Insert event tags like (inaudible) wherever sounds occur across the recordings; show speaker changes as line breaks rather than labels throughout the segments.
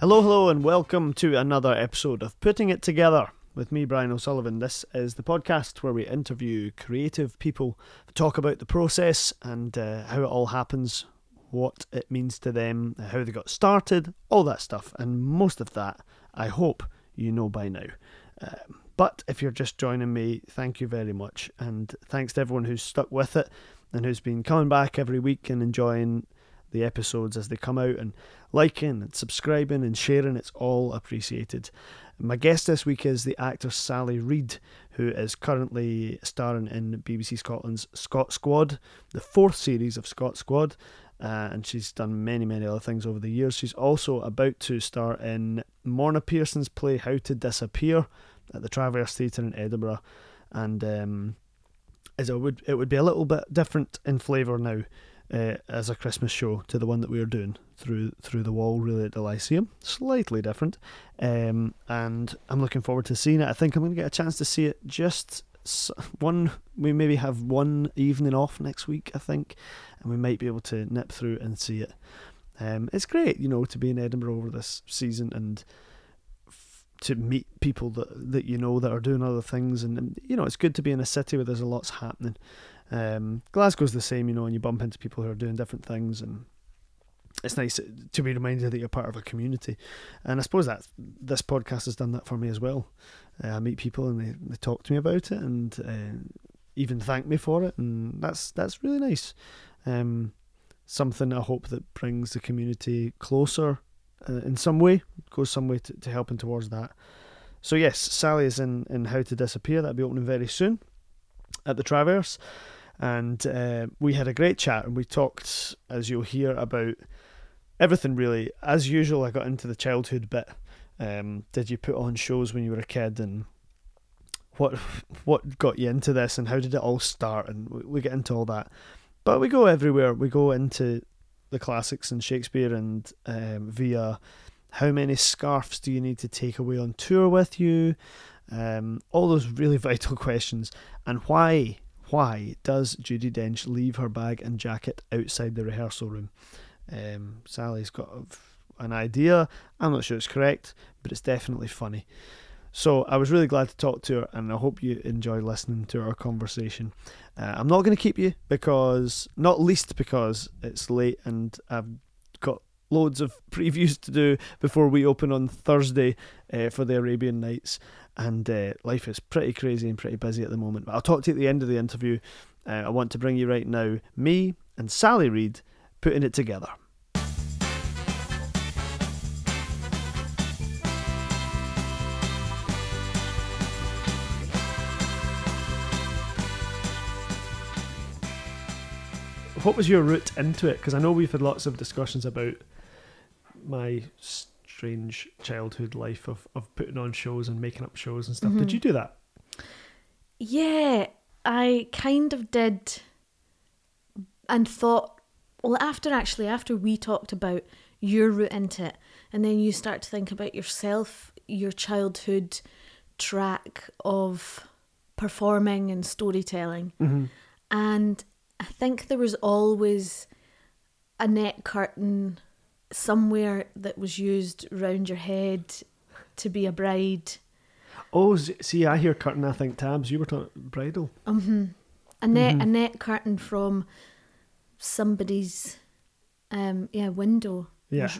Hello, hello, and welcome to another episode of Putting It Together with me, Brian O'Sullivan. This is the podcast where we interview creative people, talk about the process and uh, how it all happens, what it means to them, how they got started, all that stuff. And most of that, I hope you know by now. Um, but if you're just joining me, thank you very much. And thanks to everyone who's stuck with it and who's been coming back every week and enjoying the episodes as they come out and liking and subscribing and sharing. It's all appreciated. My guest this week is the actor Sally Reid, who is currently starring in BBC Scotland's Scott Squad, the fourth series of Scott Squad. Uh, and she's done many, many other things over the years. She's also about to star in Morna Pearson's play How to Disappear at the Traverse Theatre in Edinburgh. And um, is it would it would be a little bit different in flavour now uh, as a Christmas show to the one that we were doing through through the wall really at the Lyceum. Slightly different, um, and I'm looking forward to seeing it. I think I'm going to get a chance to see it just s- one. We maybe have one evening off next week, I think, and we might be able to nip through and see it. Um, it's great, you know, to be in Edinburgh over this season and f- to meet people that that you know that are doing other things, and, and you know, it's good to be in a city where there's a lot's happening. Um, Glasgow's the same, you know, and you bump into people who are doing different things, and it's nice to be reminded that you're part of a community. And I suppose that this podcast has done that for me as well. Uh, I meet people and they, they talk to me about it and uh, even thank me for it, and that's that's really nice. Um, something I hope that brings the community closer uh, in some way, goes some way to, to helping towards that. So yes, Sally is in in How to Disappear. That'll be opening very soon at the Traverse, and uh, we had a great chat and we talked, as you'll hear, about everything really. As usual, I got into the childhood bit. Um, did you put on shows when you were a kid and what what got you into this and how did it all start and we, we get into all that but we go everywhere we go into the classics and shakespeare and um, via how many scarfs do you need to take away on tour with you um, all those really (laughs) vital questions and why why does judy dench leave her bag and jacket outside the rehearsal room um, sally's got a- an idea i'm not sure it's correct but it's definitely funny so I was really glad to talk to her, and I hope you enjoy listening to our conversation. Uh, I'm not going to keep you because, not least because it's late and I've got loads of (laughs) previews to do before we open on Thursday uh, for the Arabian Nights, and uh, life is pretty crazy and pretty busy at the moment. But I'll talk to you at the end of the interview. Uh, I want to bring you right now me and Sally Reid putting it together. what was your route into it? Because I know we've had lots of discussions about my strange childhood life of, of putting on shows and making up shows and stuff.
Mm-hmm.
Did you do that?
Yeah, I kind of did and thought, well, after actually, after we talked about your route into it, and then you start to think about yourself, your childhood track of performing and storytelling. And I think there was always a net curtain somewhere that was used round your head to be a bride.
Oh, z- see, I hear curtain, I think tabs. You were talking bridal.
Mm-hmm. a net a net curtain from somebody's um yeah window
Yeah,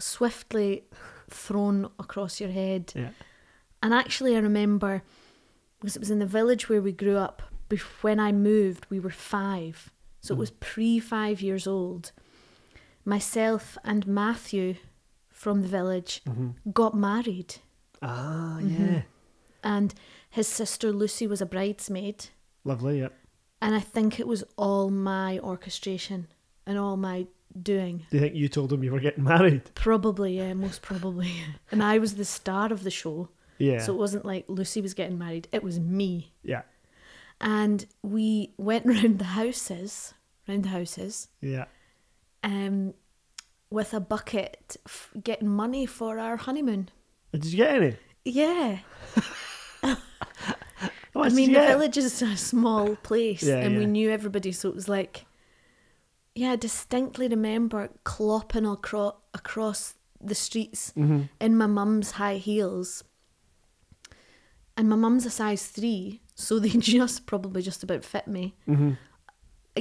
swiftly thrown across your head
yeah.
and actually i remember because it was in the village where we grew up bef- when i moved we were five so it was pre five years old myself and matthew from the village got married
Ah, yeah.
Mm-hmm. and his sister lucy was a bridesmaid
Lovely, yeah.
And I think it was all my orchestration and all my doing.
Do you think you told them you were getting married?
Probably, yeah, most probably. (laughs) and I was the star of the show.
Yeah.
So it wasn't like Lucy was getting married, it was me.
yeah,
And we went (laughs) round the houses, round the houses,
yeah.
um, with a bucket, f- getting money for our honeymoon.
Did you get any?
Yeah.
Oh,
I
did
mean,
you get-
the village is a small place,
Yeah,
and we
yeah.
knew everybody, so it was like, yeah, I distinctly remember clopping across across the streets
Mm-hmm.
in my mum's high heels. And my mum's a size three, so they (laughs) just probably just about fit me.
Mm-hmm.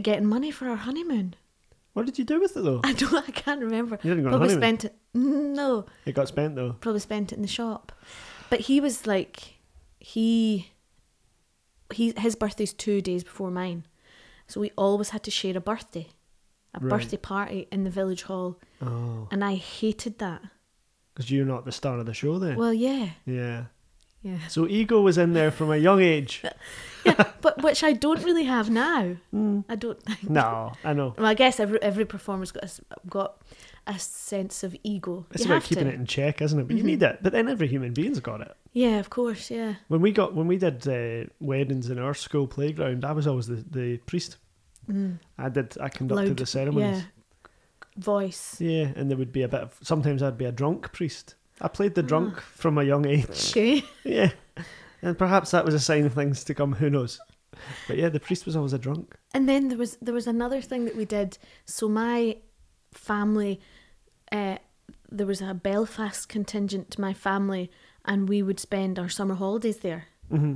Getting money for our honeymoon. (laughs)
What did you do with it though?
I don't. I can't remember.
You didn't go on
probably
honeymoon.
spent it. No,
It got spent though.
probably spent it in the shop. But he was like, he, he his birthday's two days before mine, so we always had to share a birthday, a
Right.
birthday party in the village hall,
Oh,
and I hated that.
because you're not the star of the show then.
Well, yeah,
yeah.
yeah.
So ego was in there from a young age.
(laughs) but which I don't really have now.
Mm.
I don't (laughs) think.
no, I know.
Well, I guess every every performer's got a, s- got a sense of ego.
It's
you
about
have
keeping
to.
it
Mm-hmm.
in check, isn't it? But you need it. But then every human being's got it.
Yeah, of course. Yeah.
When we got when we did uh, weddings in our school playground, I was always the, the priest.
Mm.
I did I conducted
Loud,
the ceremonies.
Voice.
Yeah. and there would be a bit of sometimes I'd be a drunk priest. I played
Ah.
the drunk from a young age. (laughs)
Okay.
yeah. And perhaps that was a sign of things to come, who knows. But yeah, the priest was always a drunk.
And then there was there was another thing that we did. So my family, uh, there was a Belfast contingent to my family, and we would spend our summer holidays there
Mm-hmm.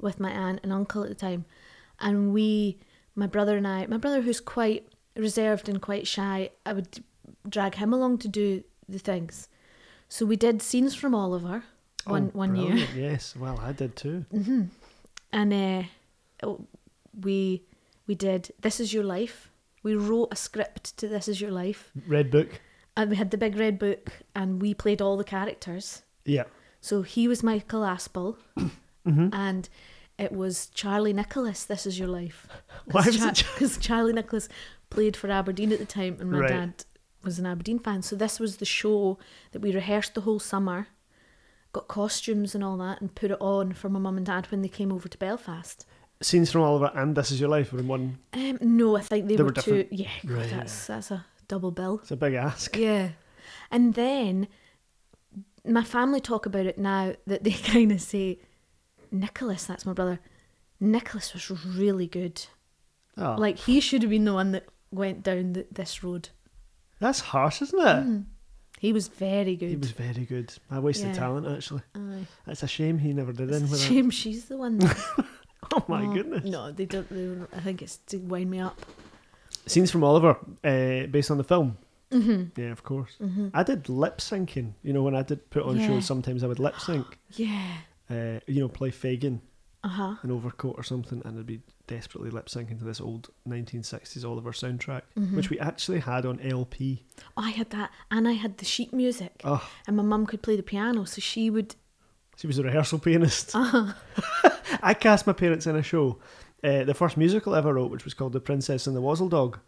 with my aunt and uncle at the time. And we, my brother and I, my brother who's quite reserved and quite shy, I would drag him along to do the things. So we did scenes from Oliver one
Oh,
one year, Mm.
brilliant. Yes, well, I did too.
and uh, oh, we we did This Is Your Life. We wrote a script to This Is Your Life,
Red book.
and we had the big red book, and we played all the characters.
Yeah.
So he was
(coughs)
Michael Aspel,
Mm-hmm.
and it was Charlie Nicholas. This is your life.
(laughs) Why was it
Because Charlie Nicholas played for Aberdeen at the time, and my
Right.
dad was an Aberdeen fan. So this was the show that we rehearsed the whole summer, got costumes and all that, and put it on for my mum and dad when they came over to Belfast.
Scenes from Oliver and This Is Your Life were in one.
Um, no, I think they,
They
were,
were
too. Yeah, God,
Right.
that's that's a double bill.
It's a big ask.
Yeah. And then my family talk about it now that they (laughs) kind of say, Nicholas, that's my brother. Nicholas was really good.
Oh,
Like, he should have been the one that went down th this road.
that's harsh, isn't it?
He was very
He
good.
was very good. I wasted
Mm. Yeah.
talent, actually.
Aye.
It's a shame he never did in
It's a
with that.
shame she's the one. that-
(laughs) Oh (laughs) my goodness.
no, they don't, they don't. I think it's to wind me up.
Scenes from Oliver, uh, based on the film. Mm-hmm. Yeah, of course. I did lip syncing. You know, when I did put on
Mm. Yeah.
shows, sometimes I would lip sync.
(gasps) Yeah.
Uh, you know, play Fagin,
Uh huh.
an overcoat or something, and I'd be desperately lip syncing to this old 1960s Oliver soundtrack,
Mm-hmm.
which we actually had on LP.
I had that, and I had the sheet music,
Oh,
and my mum could play the piano, so she would.
She was a rehearsal
(laughs)
pianist.
Uh-huh.
(laughs) I cast my parents in a show, uh, the first musical I ever wrote, which was called The Princess and the Wazzle Dog.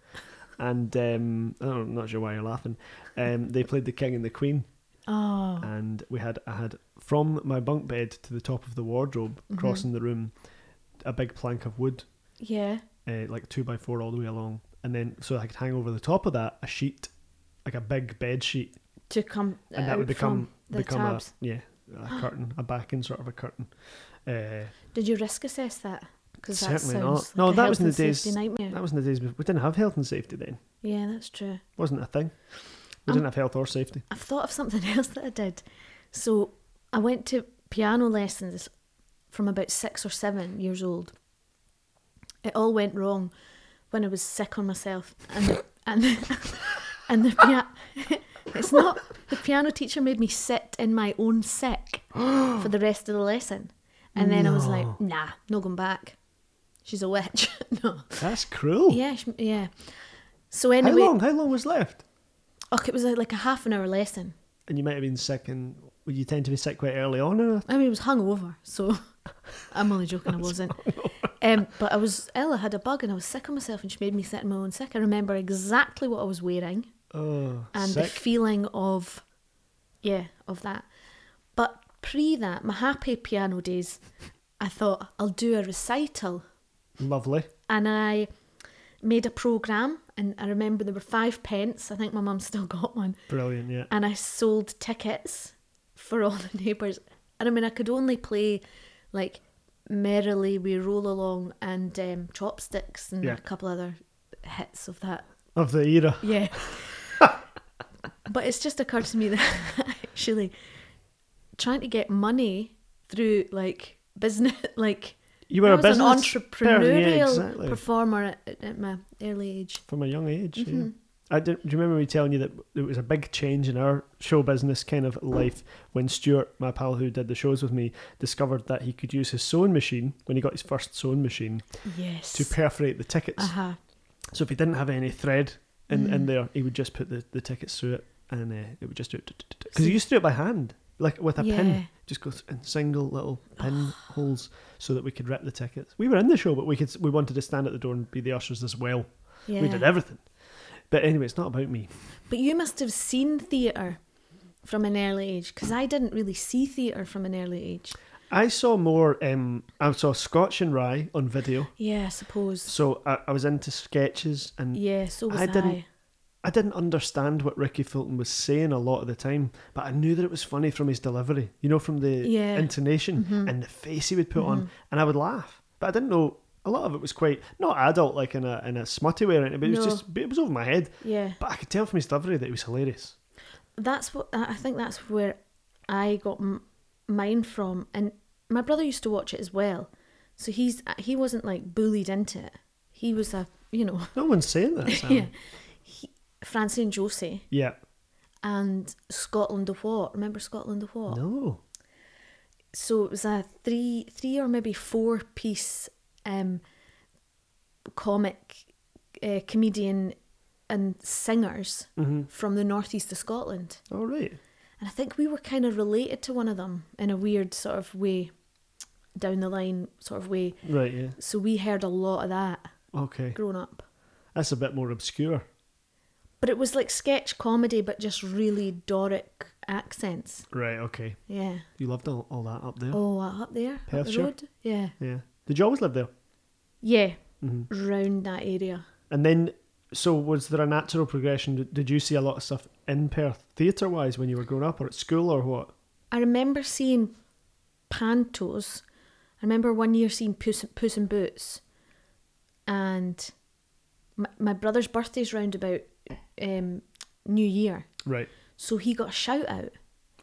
And um, I don't- I'm not sure why you're laughing. Um, they played the King and the Queen,
Oh.
and we had I had from my bunk bed to the top of the wardrobe,
Mm-hmm.
crossing the room, a big plank of wood,
Yeah.
uh, like two by four all the way along, and then so I could hang over the top of that a sheet, like a big bed sheet,
To come.
and that would
out
become
from the
become
tabs.
a yeah a curtain, a backing sort of a curtain. Uh,
Did you risk assess that? Because that
Certainly not.
sounds
No,
like a
that was in
health
the
and
days-
safety nightmare.
That was in the days before. We didn't have health and safety then.
Yeah, that's true.
Wasn't a thing. We
Um,
didn't have health or safety.
I've thought of something (laughs) else that I did. So I went to piano lessons from about six or seven years old. It all went wrong when I was sick on myself, and (laughs) and and the piano. (laughs) it's not the piano teacher made me sit in my own sick for the rest of the lesson, and then I was like, nah, no going back. She's a witch. (laughs) no.
That's cruel.
Yeah, sh- yeah. So
How
anyway,
long? How long was left?
och, it was like, like a half an hour lesson.
And you might have been sick, and well, you tend to be sick quite early on. And
I mean, it was hungover, so (laughs) I'm only joking. I wasn't. Um, but I was ill. I had a bug, and I was sick of myself, and she made me sit in my own sick. I remember exactly what I was wearing
oh,
and the
sick.
feeling of, yeah, of that. But pre that, my happy piano days, I thought I'll do a recital
Lovely.
and I made a program and I remember there were five pence. I think my mum still (laughs) got one,
Brilliant. Yeah.
and I sold tickets for all (laughs) the neighbours. And I mean, I could only play like merrily we roll along and um, chopsticks and
Yeah. (laughs)
a couple other hits of that.
Of the era.
Yeah. But it's just occurred to me that (laughs) actually trying to get money through like business, (laughs) like
You were
I
a
was an
business
entrepreneurial
yeah, exactly.
performer at, at my early age.
from a young age.
Mm-hmm.
Yeah. I do, do you remember me telling you that it was a big change in our show business kind of life when Stuart, my pal who did the shows with me, discovered that he could use his sewing machine when he got his first sewing machine
Yes.
to perforate the tickets.
Uh huh.
So if he didn't have any thread in,
Mm.
in there, he would just put the, the tickets through it and uh, it would just do it. Because he used to do it by hand, like with a
Yeah. Oh.
pin. Just go in single little pin holes so that we could rip the tickets. We were in the show, but we could we wanted to stand at the door and be the ushers as well.
Yeah.
We did everything. But anyway, it's not about me.
But you must have seen theatre from an early age because I didn't really see theatre from an early age.
I saw more. Um, I saw Scotch and Rye on video,
Yeah, I suppose.
so I, I was into sketches, and
Yeah, so was
I
I.
didn't- I didn't understand what Ricky Fulton was saying a lot of the time, but I knew that it was funny from his delivery, you know, from the
Yeah. Mm-hmm.
intonation and the face he would put on, and I would laugh. But I didn't know a lot of it was quite not adult, like in a in a smutty way or anything. But it was
No.
just it was over my head.
Yeah,
But I could tell from his delivery that he was hilarious.
that's what I I think. That's where I got m- mine from, and my brother used to watch it as well. So he's uh, he wasn't like bullied into it. He was a you know (laughs)
No one's saying that. Sam.
yeah, he, Francie and Josie
yeah.
and Scotland the What. Remember Scotland the What?
No.
so it was a three three or maybe four piece um comic uh, comedian and singers from the northeast of Scotland
All right.
and I think we were kind of related to one of them in a weird sort of way down the line sort of way
Right. Yeah.
so we heard a lot of that
Okay.
growing up
That's a bit more obscure.
but it was like sketch comedy but just really Doric accents
Right. Okay.
yeah
You loved all, all that up there.
oh uh, up there up the
Perthshire?
road yeah
Yeah. Did you always live there?
yeah round that area
And then, so was there a natural progression? Did- Did you see a lot of stuff in Perth, theatre wise, when you were growing up or at school or what?
I remember seeing pantos. I remember one year seeing Puss, Puss in Boots, and my, my brother's birthday's round about um, New Year,
Right.
so he got a shout out,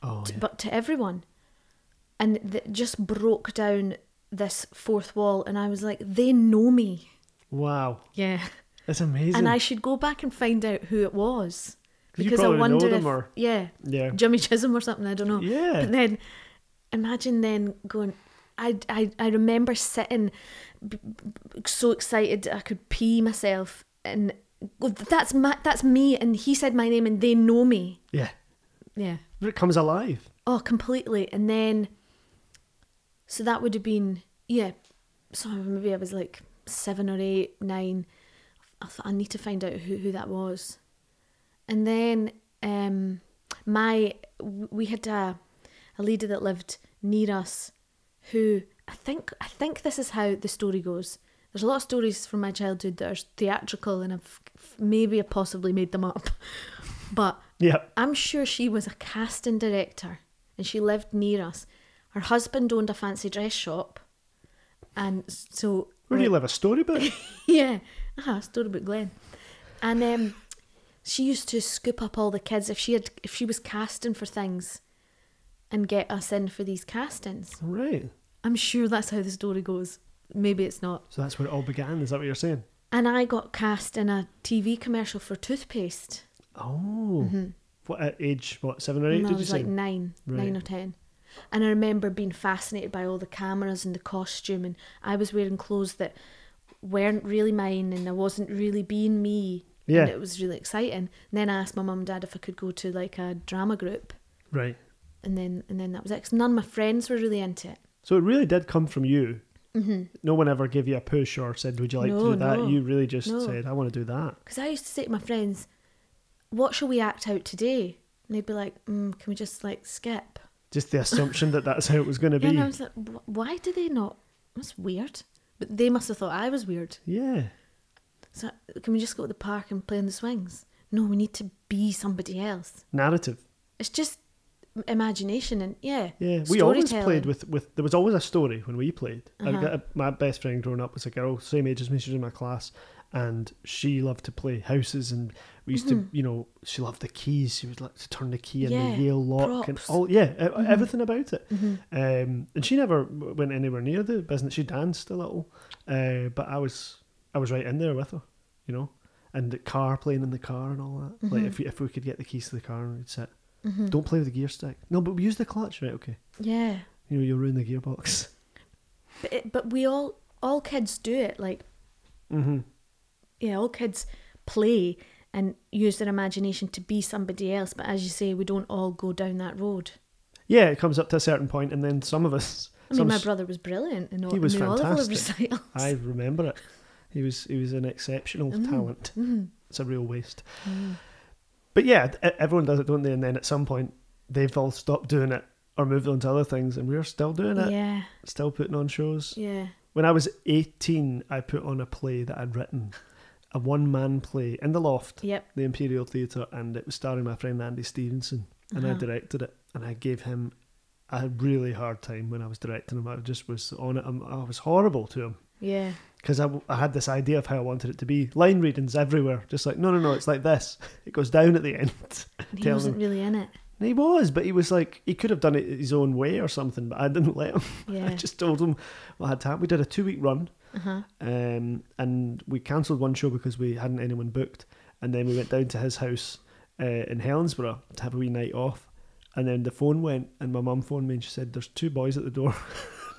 Oh,
to,
yeah.
but to everyone, and that just broke down this fourth wall, and I was like, they know me,
Wow.
yeah,
That's amazing.
and I should go back and find out who it was
You probably know them or-
yeah,
yeah.
Jimmy (laughs) Chisholm or something. I don't know.
Yeah.
But then, imagine then going. I, I, I remember sitting b- b- so excited I could pee myself and go, that's my, that's me and he said my name and they know me
Yeah.
yeah
But It comes alive.
oh completely and then so that would have been yeah so maybe I was like seven or eight nine I thought I need to find out who, who that was and then um my w- we had a a lady that lived near us who I think I think this is how the story goes there's a lot of stories from my childhood that are theatrical and I've maybe possibly made them up (laughs) but
Yeah.
I'm sure she was a casting director and she lived near us. Her husband owned a fancy dress shop. And so. (laughs)
Where do you live? A storybook?
Yeah. Ah, story about Glenn. And um, she used to scoop up all the kids if she had if she was casting for things and get us in for these castings.
right.
I'm sure that's how the story goes. Maybe it's not.
So that's where it all began. Is that what you're saying?
And I got cast in a TV commercial for toothpaste.
Oh. What at age? What seven or eight?
And Mm-hmm. I
did you
was
say?
like nine, nine
Right.
or ten. And I remember being fascinated by all the cameras and the costume, and I was wearing clothes that weren't really mine, and I wasn't really being me.
Yeah.
And it was really exciting. And then I asked my mum and dad if I could go to like a drama group,
right.
and then and then that was it. 'Cause none of my friends were really into it.
So it really did come from you. Mm-hmm. No one ever gave you a push or said, "Would you like to
No,
do that?"
no.
You really just
No.
said, "I want to do that."
Because I used to say to my friends, "What shall we act out today?" And they'd be like, mm, "Can we just like skip?"
Just the assumption that that's how it was going to
Yeah,
be.
and I was like, "Wh- "Why do they not?" That's weird. But they must have thought I was weird.
yeah.
So can we just go to the park and play on the swings? No, we need to be somebody else.
Narrative.
It's just imagination and yeah.
Yeah, we always
storytelling.
played with with. There was always a story when we played. I
Uh-huh.
got a, my best friend growing up was a girl same age as me. She was in my class, and she loved to play houses and we used to you know she loved the keys she would like to turn the key in
Mm-hmm. Yeah,
the Yale lock and
props.
all yeah e-
Mm-hmm.
everything about it um, and she never w- went anywhere near the business she danced a little uh, but I was I was right in there with her you know and the car playing in the car and all that
Mm-hmm.
like if we, if we could get the keys to the car and we'd sit don't play with the gear stick no but we use the clutch right okay
Yeah.
you know you'll ruin the gearbox (laughs)
But, it, but we all, all kids do it. Like,
hmm
yeah, all kids play and use their imagination to be somebody else. But as you say, we don't all go down that road.
yeah it comes up to a certain point and then some of us
I mean,
some
my
s-
brother was brilliant in all,
He was
in all of our
fantastic.
recitals.
I remember it. He was he was an exceptional
Mm-hmm.
talent. It's a real waste. But yeah, th- everyone does it, don't they? And then at some point, they've all stopped doing it or moved on to other things, and we're still doing it,
Yeah,
still putting on shows.
yeah.
When I was eighteen, I put on a play that I'd written, a one man play in the loft,
Yep.
the Imperial Theatre, and it was starring my friend Andy Stevenson, and I
Uh-huh.
directed it, and I gave him a really hard time when I was directing him. I just was on it. I'm- I was horrible to him
Yeah.
because I, I had this idea of how I wanted it to be. Line readings everywhere, just like no, no, no. It's like this. (laughs) It goes down at the end.
And he
Tell
wasn't really in it.
And he was, but he was like he could have done it his own way or something, but I didn't let him. (laughs) I
Yeah.
just told him what had to happen. We did a two week run,
Uh-huh.
um, and we cancelled one show because we hadn't anyone booked, and then we went down to his house uh, in Helensborough to have a wee night off, and then the phone went, and my mum phoned me and she said, "There's two boys at the door." (laughs)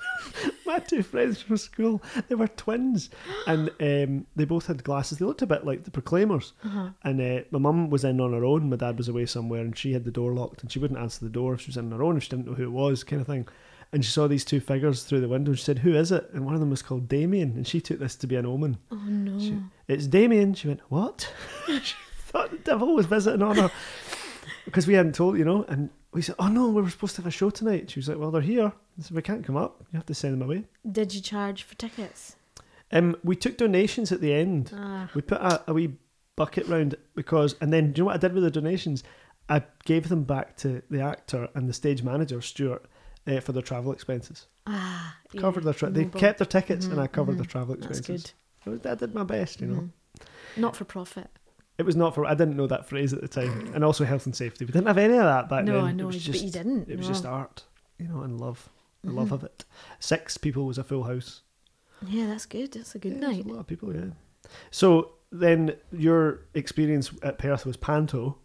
my two friends from school, they were twins, and um, they both had glasses. They looked a bit like the Proclaimers,
Uh-huh.
and uh, my mum was in on her own. My dad was away somewhere, and she had the door locked, and she wouldn't answer the door if she was in on her own if she didn't know who it was, kind of thing. And she saw these two figures through the window. and She said, "Who is it?" And one of them was called Damien, and she took this to be an omen.
Oh no.
She, it's Damien. She went, What? (laughs) she thought the devil was visiting on her (laughs) because we hadn't told, you know. And we said, Oh no, we were supposed to have a show tonight. She was like, Well, they're here. I said, We can't come up. You have to send them away.
Did you charge for tickets?
Um, we took donations at the end.
Ah.
We put a, a wee bucket round because, and then do you know what I did with the donations? I gave them back to the actor and the stage manager, Stuart, uh, for their travel expenses.
Ah. yeah,
covered their tra- they
noble.
kept their tickets, and I
Mhm,
covered
mhm.
their travel
That's
expenses.
good. Mm-hmm.
So I did my best, you know.
Not for profit.
It was not for. I didn't know that phrase at the time, and also health and safety. We didn't have any of that back
no,
then.
I know,
It was
but you
just.
didn't.
It was
no. Mm-hmm.
just art, you know, and love, the love of it. Six people was a full house.
Yeah, that's good. That's a good
Yeah, it was
night.
A lot of people, yeah. So then, your experience at Perth was panto.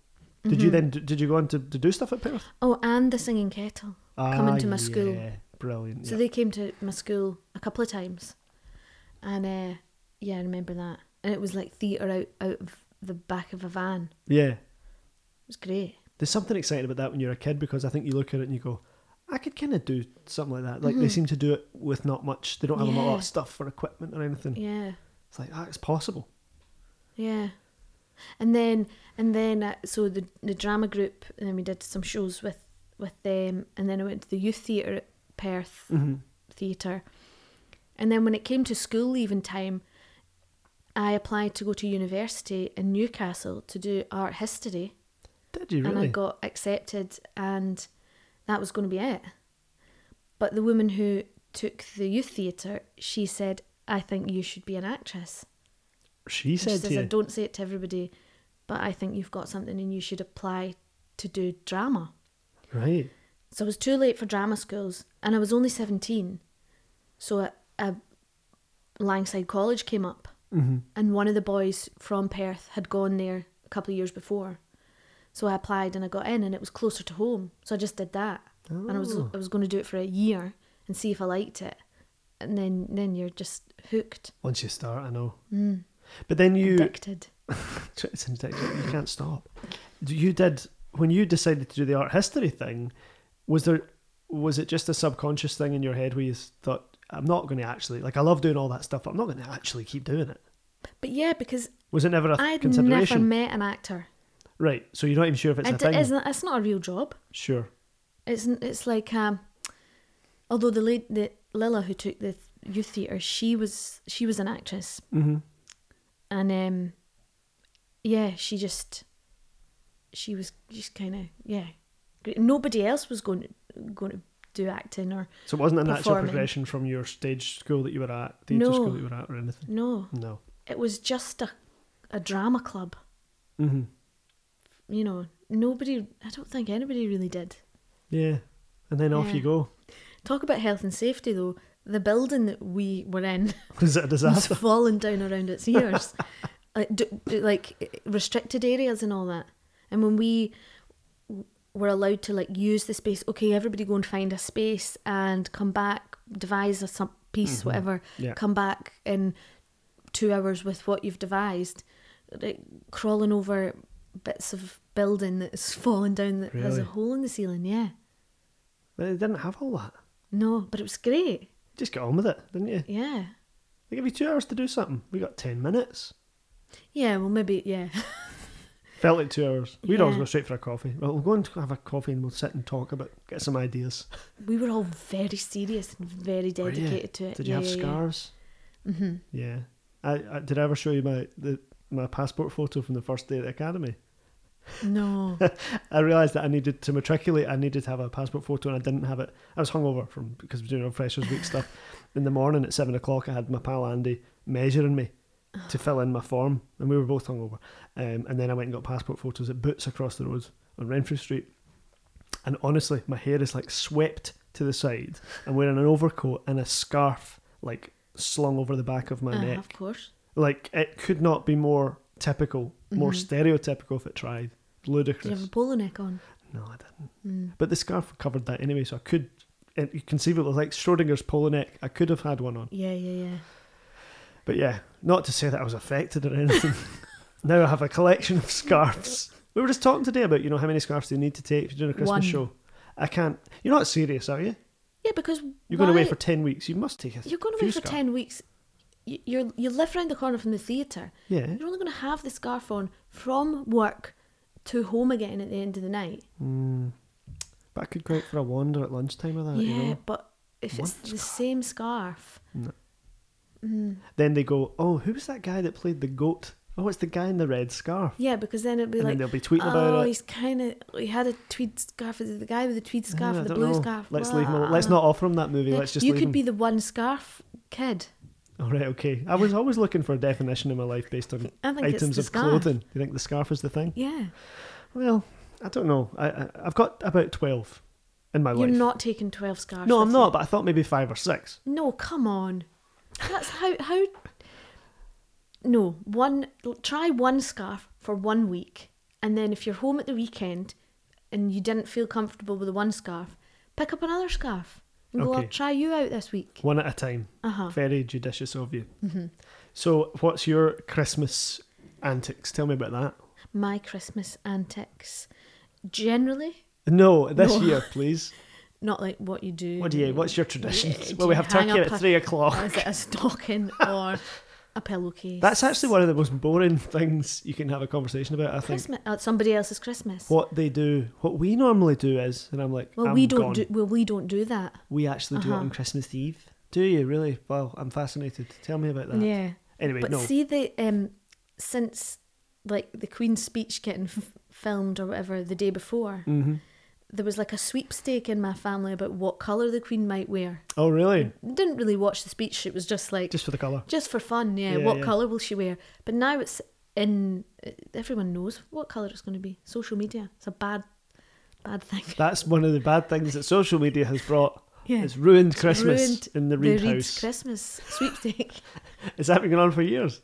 Did you
Mm-hmm.
then? Did you go on to, to do stuff at Perth?
Oh, and the singing kettle.
Coming
to my school.
Brilliant.
So
yeah.
they came to my school a couple of times, and uh, yeah, I remember that. And it was like theatre out out of the back of a van.
yeah.
It was great.
There's something exciting about that when you're a kid because I think you look at it and you go, I could kind of do something like that. Like they seem to do it with not much. They don't have a lot
Mm-hmm. Yeah.
of stuff or equipment or anything.
Yeah,
It's like, ah, it's possible.
yeah. And then and then uh, so the the drama group, and then we did some shows with with them, and then I went to the youth theatre at Perth Theatre, and then when it came to school leaving time. I applied to go to university in Newcastle to do art history.
Did you
and I
really?
got accepted, and that was going to be it. But the woman who took the youth theatre, she said, "I think you should be an actress."
she
And she
said
says,
to
"I
you,
don't say it to everybody, but I think you've got something, and you should apply to do drama."
right?
So I was too late for drama schools, and I was only seventeen. So a, a Langside College came up,
Mm-hmm.
and one of the boys from Perth had gone there a couple of years before. So I applied and I got in, and it was closer to home. So I just did that, and I was
Oh.
I was going to do it for a year and see if I liked it, and then then you're just hooked,
Once you start, I know.
Mm.
But then you,
addicted.
it's an addiction. You can't stop. Do- You did when you decided to do the art history thing. Was there? Was it just a subconscious thing in your head where you thought, "I'm not going to actually like I love doing all that stuff, but I'm not going to actually keep doing it."
But yeah, because
Was it never a
I'd never
consideration?
met an actor.
Right. So you're not even sure if it's
I
a
d-
thing.
it's, not, it's not a real job.
Sure.
It's n- it's like um, although the late the Lila who took the th- youth theatre, she was she was an actress,
Mm-hmm.
and um, yeah, she just she was just kind of yeah. gr- Nobody else was going to, going to do acting or
So it wasn't a natural
Performing.
progression from your stage school that you were at, theatre
No.
school that you were at, or anything.
no.
No.
it was just a, a drama club.
Mm-hmm.
You know, nobody, I don't think anybody really did.
Yeah. And then off
Yeah.
you go. (laughs)
Talk about health and safety though. The building that we
(laughs)
were in (laughs)
Is it a
was
disaster?
falling down around its ears, like, d- d- like restricted areas and all that. And when we w- were allowed to like use the space, okay, everybody go and find a space and come back, devise a some piece, whatever.
Mm-hmm. Yeah.
Come back in two hours with what you've devised. Like crawling over bits of building (laughs) that's fallen down that has a
Really?
hole in the ceiling. Yeah,
But it didn't have all that.
no, but it was great.
Just get on with it, didn't you?
Yeah.
They give you two hours to do something. We got ten minutes.
Yeah, well, maybe, yeah. (laughs)
Felt like two hours. We'd always
Yeah.
go straight for a coffee. Well, we'll go and have a coffee and we'll sit and talk about, get some ideas.
We were all very serious and very
Were you?
dedicated to it.
Did you
Uh, yeah,
have
yeah, yeah.
scarves? Mm-hmm. Yeah. I, I did I ever show you my the my passport photo from the first day at the academy?
No.
I realised that I needed to matriculate. I needed to have a passport photo, and I didn't have it. I was hungover from because we we're doing our freshers week stuff. In the morning at seven o'clock, I had my pal Andy measuring me to fill in my form, and we were both hungover. Um, and then I went and got passport photos at Boots across the road on Renfrew Street. And honestly, my hair is like swept to the side. I'm wearing an overcoat and a scarf like slung over the back of (laughs) my
Uh,
neck.
of course.
Like it could not be more typical, more stereotypical if it tried.
Did you
Ludicrous.
have a polo neck on?
No, I didn't.
Mm.
But the scarf covered that anyway, so I could and you conceive it was like Schrodinger's polo neck. I could have had one on.
Yeah, yeah, yeah.
But yeah, not to say that I was affected or (laughs) anything. now I have a collection of scarves. We were just talking today about, you know, how many scarves do you need to take if you're doing a Christmas
One.
show? I can't you're not serious, are you?
Yeah, because
You're
why,
going away for ten weeks. You must take a
You're going
few
away for
scarves.
10 weeks. You- You're, you live round the corner from the theatre.
Yeah.
You're only going to have the scarf on from work to home again at the end of the night.
Mm. But I could go out for a wander at lunchtime with that,
yeah,
Uh, you know.
but if it's
One
the same scarf, Mm.
Then they go, Oh, who was that guy that played the goat? Oh, it's the guy in the red scarf.
yeah, because then it'd be
and
like,
then they'll be tweeting about it.
oh, he's kind of, he had a tweed scarf, the guy with the tweed scarf,
Yeah, I
and the
don't
blue
know.
scarf.
Let's leave him. al-
Blah.
Let's not offer him that movie.
Yeah,
Let's just
you
leave
could
him.
be the one scarf kid.
All right, okay. I was always looking for a definition in my life based on
I think it's
items
the
of
scarf.
clothing. Do you think the scarf is the thing?
Yeah,
Well, I don't know. I, I I've got about twelve in my
you're
life.
not taking twelve scarves.
no,
with
I'm
you.
not. But I thought maybe five or six.
No, come on. That's how how. No, one try one scarf for one week, and then if you're home at the weekend, and you didn't feel comfortable with the one scarf, pick up another scarf and go.
Okay.
I'll try you out this week.
One at a time.
Uh huh.
Very judicious of you.
Mm-hmm.
So, what's your Christmas antics? Tell me about that.
My Christmas antics, generally
No, this
No.
year, please.
not like what you do.
What do you?
(laughs)
What's your traditions?
Yeah,
well,
do
we
you
have
hang
turkey
up
at
a-
three o'clock.
Is it a stocking or a pillowcase?
That's actually one of the most boring (laughs) things you can have a conversation about. I think.
Christmas. Uh, somebody else's Christmas.
what they do, what we normally do is, and I'm like,
Well,
I'm
we don't
gone.
do. Well, we don't do that.
We actually do it
Uh-huh.
on Christmas Eve. Do you really? Well, I'm fascinated. Tell me about that.
Yeah,
Anyway,
but
no.
see the um, since like the Queen's speech getting f- filmed or whatever the day before,
hmm
there was like a sweepstake in my family about what color the Queen might wear.
Oh, really?
Didn't really watch the speech. It was just like
Just for the colour.
just for fun. Yeah,
Yeah,
what
yeah.
color will she wear? But now it's in. Everyone knows what color it's going to be. Social media. It's a bad, bad thing. (laughs)
That's one of the bad things that social media has brought.
Yeah.
It's ruined Christmas
ruined
in the
the
Reed
Reed's
house.
Christmas sweepstake.
(laughs) It's that been going on for years?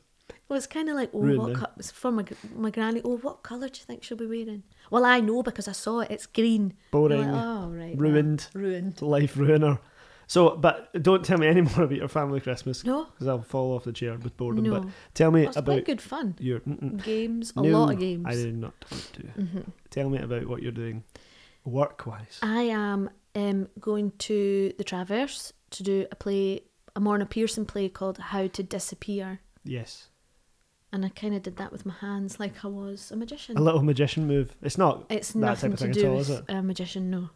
Well, it's kind of like, oh,
Ruined
what
them.
co- it's from my, gr- my granny. Oh, what colour do you think she'll be wearing? Well, I know because I saw it. It's green. You're
Boring.
Like, oh, right. well, uh,
ruined.
ruined.
Life ruiner. So, but don't tell me any (laughs) more about your family Christmas.
No.
Because I'll fall off the chair with boredom. But
No.
tell me
Well, it's
about
quite good fun.
your. Mm-mm.
Games, a
No,
lot of games. Mm-hmm.
I do not want to. Tell me about what you're doing work wise.
I am um, going to the Traverse to do a play, a Morna Pearson play called How to Disappear.
yes.
And I kind of did that with my hands like I was a magician.
A little magician move. It's not
it's
that type
nothing
of thing
to
at
do
all, is
with
it?
a magician, no.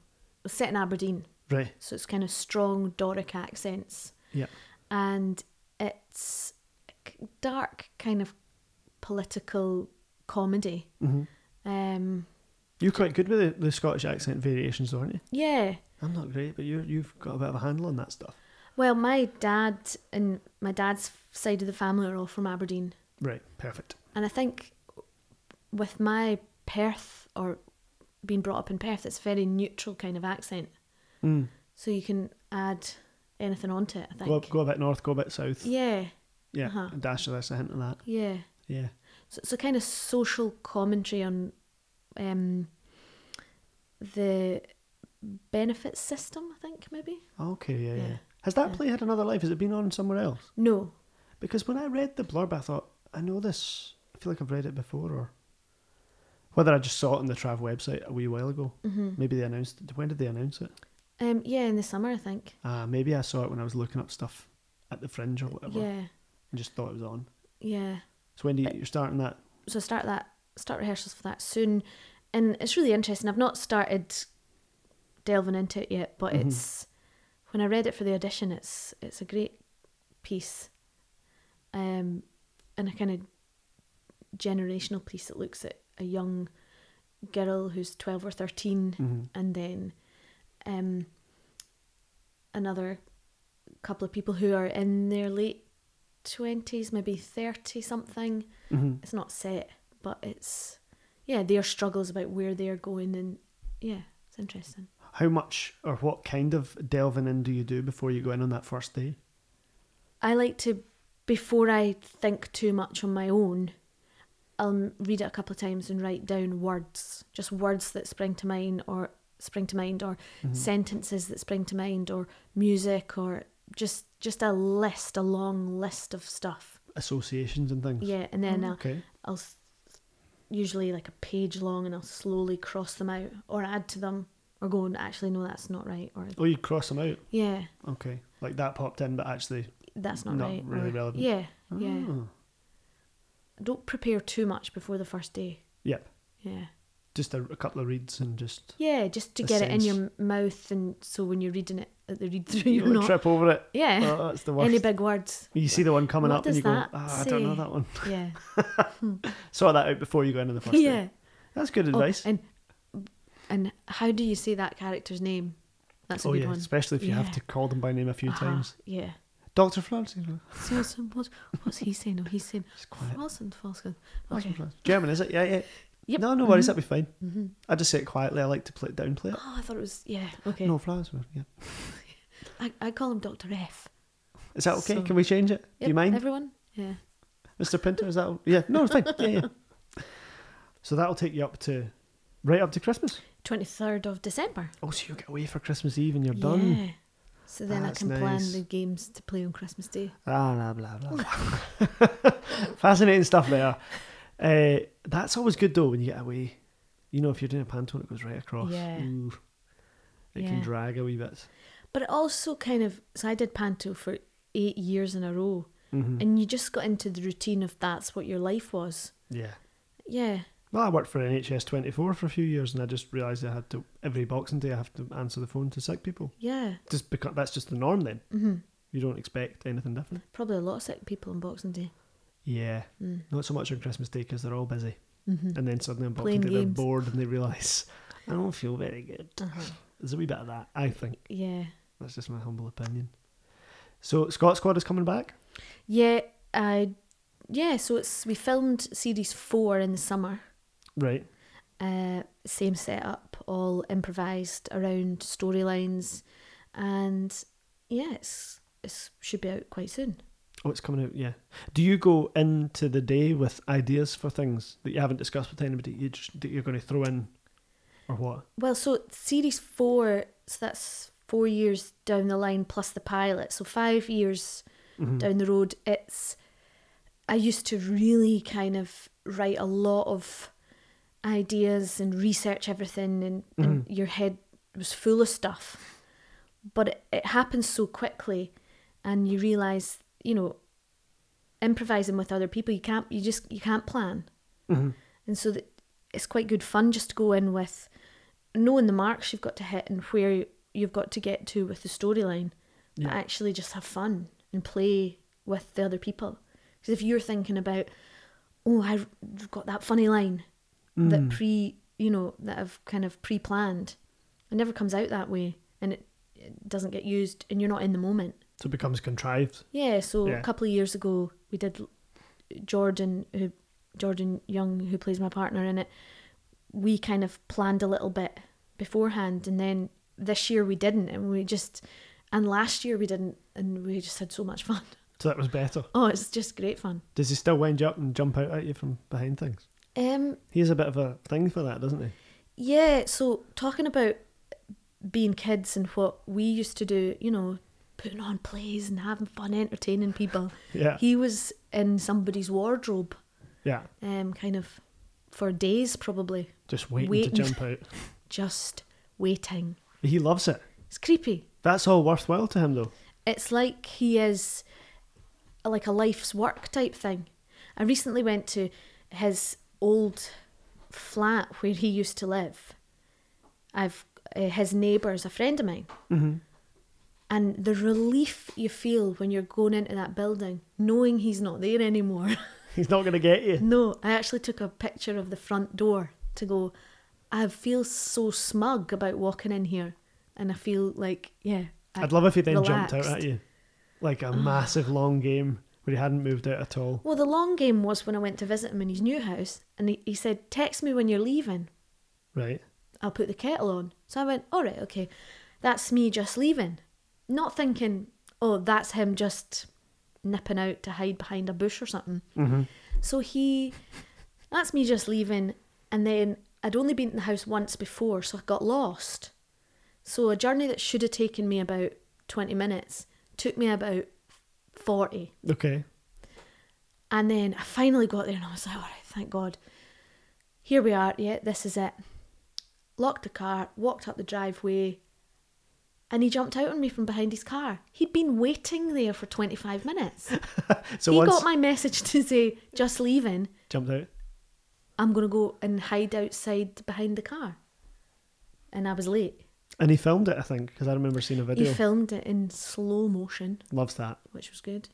It's set in Aberdeen.
Right.
So it's kind of strong Doric accents.
Yeah.
And it's k- dark kind of political comedy.
Mhm.
Um,
You're quite good with the, the Scottish accent variations, though, aren't you?
yeah.
I'm not great, but you you've got a bit of a handle on that stuff.
Well, my dad and my dad's side of the family are all from Aberdeen.
Right, perfect.
And I think with my Perth or being brought up in Perth, it's a very neutral kind of accent.
Mm.
So you can add anything onto it, I think.
Go, go a bit north, go a bit south. Yeah,
yeah, uh-huh.
a dash of this, a hint of that.
yeah.
Yeah,
So, so kind of social commentary on um, the benefit system, I think, maybe?
okay, yeah, yeah.
Yeah.
Has that
Yeah.
play had another life? Has it been on somewhere else?
No.
Because when I read the blurb, I thought, I know this. I feel like I've read it before, or whether I just saw it on the Trav website a wee while ago.
hmm
Maybe they announced it. When did they announce it?
Um, yeah, in the summer, I think.
Uh, maybe I saw it when I was looking up stuff at the Fringe or whatever
Yeah,
and just thought it was on.
yeah.
So when do you, you're starting that?
so start that start rehearsals for that soon and it's really interesting i've not started delving into it yet but
Mhm.
it's when i read it for the audition it's it's a great piece um and a kind of generational piece that looks at a young girl who's 12 or 13
Mm-hmm.
and then um, another couple of people who are in their late 20s, maybe 30 something.
Mhm.
It's not set, but it's, yeah, their struggles about where they're going. And yeah, it's interesting.
How much or what kind of delving in do you do before you go in on that first day?
I like to, before I think too much on my own, I'll read it a couple of times and write down words, just words that spring to mind or spring to mind or sentences that spring to mind or music or just just a list, a long list of stuff.
Associations and things.
Yeah, and then I'll,
Okay.
I'll s- usually like a page long and I'll slowly cross them out or add to them or go and actually no that's not right or
Oh, you cross them out.
yeah,
Okay. Like that popped in, but actually,
that's not,
Not
right.
really
or-
relevant.
Yeah. Yeah.
Oh.
Don't prepare too much before the first day.
Yep.
Yeah.
Just a, a couple of reads and just
Yeah, just to
A
get it in
sense.
your m- mouth and so when you're reading it at the read
you
through you're
would
not
trip over it.
(laughs) Yeah.
Oh, that's the
Any
worst.
big words.
you see the one coming
What
up and
does
you go,
that
ah, I don't know
say?"
that one. (laughs)
Yeah.
Saw that out before you go into the first
(laughs) yeah.
day. That's good
Oh,
advice.
and and how do you say that character's name? That's a
Oh,
good
yeah,
one.
especially if you have
Yeah.
to call them by name a few
Uh-huh,
times.
Yeah.
Doctor Flouncy.
So, so what, what's he saying? Oh, he's saying
It's quiet.
Falsen, Falsen.
Doctor
Okay.
Flouncy. German, is it? Yeah, yeah.
Yep.
No, no worries. That'd be fine.
Mhm.
I just say it quietly. I like to play it down, play it.
Oh, I thought it was yeah. Okay.
No flowers. well, Yeah.
I, I call him Doctor F.
Is that okay?
So-
Can we change it? Do
Yep,
you mind,
Everyone. Yeah.
Mr. Pinter? Is that? Yeah. No,
(laughs)
it's fine. Yeah, yeah. So that'll take you up to right up to Christmas.
Twenty third of December.
Oh, so you get away for Christmas Eve and you're done.
Yeah. So then
That's
I can plan
nice.
the games to play on Christmas Day.
Ah, blah blah blah. (laughs) Fascinating stuff there. Uh, that's always good though when you get away. You know, if you're doing a pantone, it goes right across.
Yeah.
Ooh, it can
Yeah.
drag a wee bit.
But it also kind of so I did panto for eight years in a row,
Mhm.
and you just got into the routine of that's what your life was.
Yeah.
Yeah.
Well, I worked for NHS 24 for a few years, and I just realised I had to every Boxing Day I have to answer the phone to sick people.
Yeah.
Just because that's just the norm. Then
hmm
you don't expect anything different.
Probably a lot of sick people on Boxing Day.
Yeah,
Mm.
not so much on Christmas Day because they're all busy,
hmm
and then suddenly on Boxing
Playing
Day
games.
they're bored and they realise (laughs) I don't feel very good.
Uh-huh.
There's a wee bit of that, I think.
Yeah.
That's just my humble opinion. So Scott Squad is coming back.
Yeah. I. Yeah. So it's we filmed series four in the summer.
Right.
Uh, same setup, all improvised around storylines, and yeah, it's it should be out quite soon.
Oh, it's coming out. Yeah. Do you go into the day with ideas for things that you haven't discussed with anybody? You just that you're going to throw in, or what?
Well, so series four, so that's four years down the line plus the pilot. So five years down the road, it's. I used to really kind of write a lot of ideas and research everything, and, and your head was full of stuff. But it, it happens so quickly, and you realize, you know, improvising with other people, you can't, you just, you can't plan. And so that it's quite good fun just to go in with knowing the marks you've got to hit and where you- you've got to get to with the storyline,
Yeah.
but actually just have fun and play with the other people. Because if you're thinking about, oh, I've got that funny line that pre, you know, that I've kind of pre planned, it never comes out that way and it, it doesn't get used and you're not in the moment.
So it becomes contrived.
Yeah, so
Yeah.
a couple of years ago we did Jordan who Jordan Young who plays my partner in it. We kind of planned a little bit beforehand and then this year we didn't and we just and last year we didn't and we just had so much (laughs) fun.
So that was better.
Oh, it's just great fun.
Does he still wind you up and jump out at you from behind things?
Um
He has a bit of a thing for that, doesn't he?
yeah, so talking about being kids and what we used to do, you know, putting on plays and having fun entertaining people.
(laughs) Yeah.
He was in somebody's wardrobe
yeah.
um, kind of for days probably,
Just waiting,
Waiting.
to jump out.
just waiting.
He loves it.
It's creepy.
That's all worthwhile to him, though. (laughs)
It's like he is a- like a life's work type thing. I recently went to his old flat where he used to live. I've uh, his neighbour's a friend of mine. And the relief you feel when you're going into that building, knowing he's not there anymore. (laughs)
He's not going to get you.
No, I actually took a picture of the front door to go. I feel so smug about walking in here, and I feel like yeah. I,
I'd love if he then jumped out
relaxed.
at you. Like a massive long game where he hadn't moved out at all.
Well, the long game was when I went to visit him in his new house, and he, he said, "Text me when you're leaving.
Right.
I'll put the kettle on." So I went, "All right, okay, that's me just leaving, not thinking, oh, that's him just nipping out to hide behind a bush or something." So he, that's me just leaving. And then I'd only been in the house once before, so I got lost. So a journey that should have taken me about 20 minutes took me about 40.
Okay.
And then I finally got there and I was like, all right, thank God. Here we are. Yeah, this is it. Locked the car, walked up the driveway, and he jumped out on me from behind his car. He'd been waiting there for 25 minutes.
So
he
once
got my message to say, just leaving.
jumped out.
I'm going to go and hide outside behind the car. And I was late.
And he filmed it, I think, because I remember seeing a video.
He filmed it in slow motion,
Loves that.
which was good.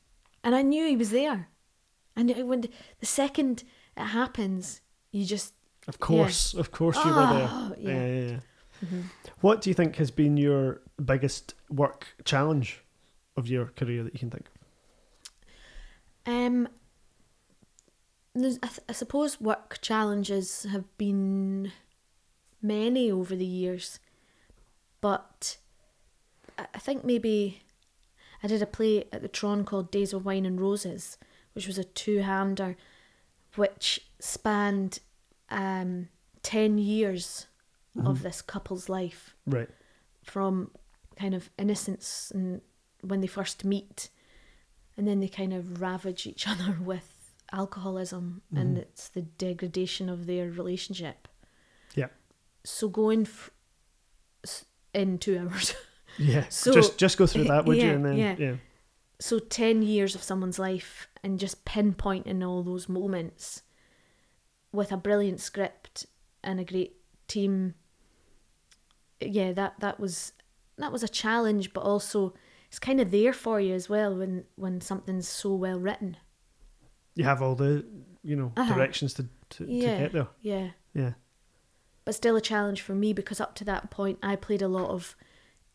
And I knew he was there. And it, when the second it happens, you just
Of course, of course you
Oh,
were there.
yeah. Mm-hmm.
Yeah, yeah, yeah. What do you think has been your biggest work challenge of your career that you can think of?
um. there's- I, th- I suppose work challenges have been many over the years, but I I think maybe I did a play at the Tron called Days of Wine and Roses, which was a two-hander, which spanned um, ten years of this couple's life.
Right.
from kind of innocence and when they first meet and then they kind of ravage each (laughs) other with alcoholism and it's the degradation of their relationship
Yeah.
so going f- s- in two hours (laughs)
Yeah.
So-
just just go through that, would you?
Yeah,
And then yeah.
yeah. so 10 years of someone's life and just pinpointing all those moments with a brilliant script and a great team yeah that that was that was a challenge but also it's kind of there for you as well when when something's so well written
You have all the you know
Uh-huh.
directions to, to,
yeah
to get there.
yeah
Yeah.
but still a challenge for me because up to that point I played a lot of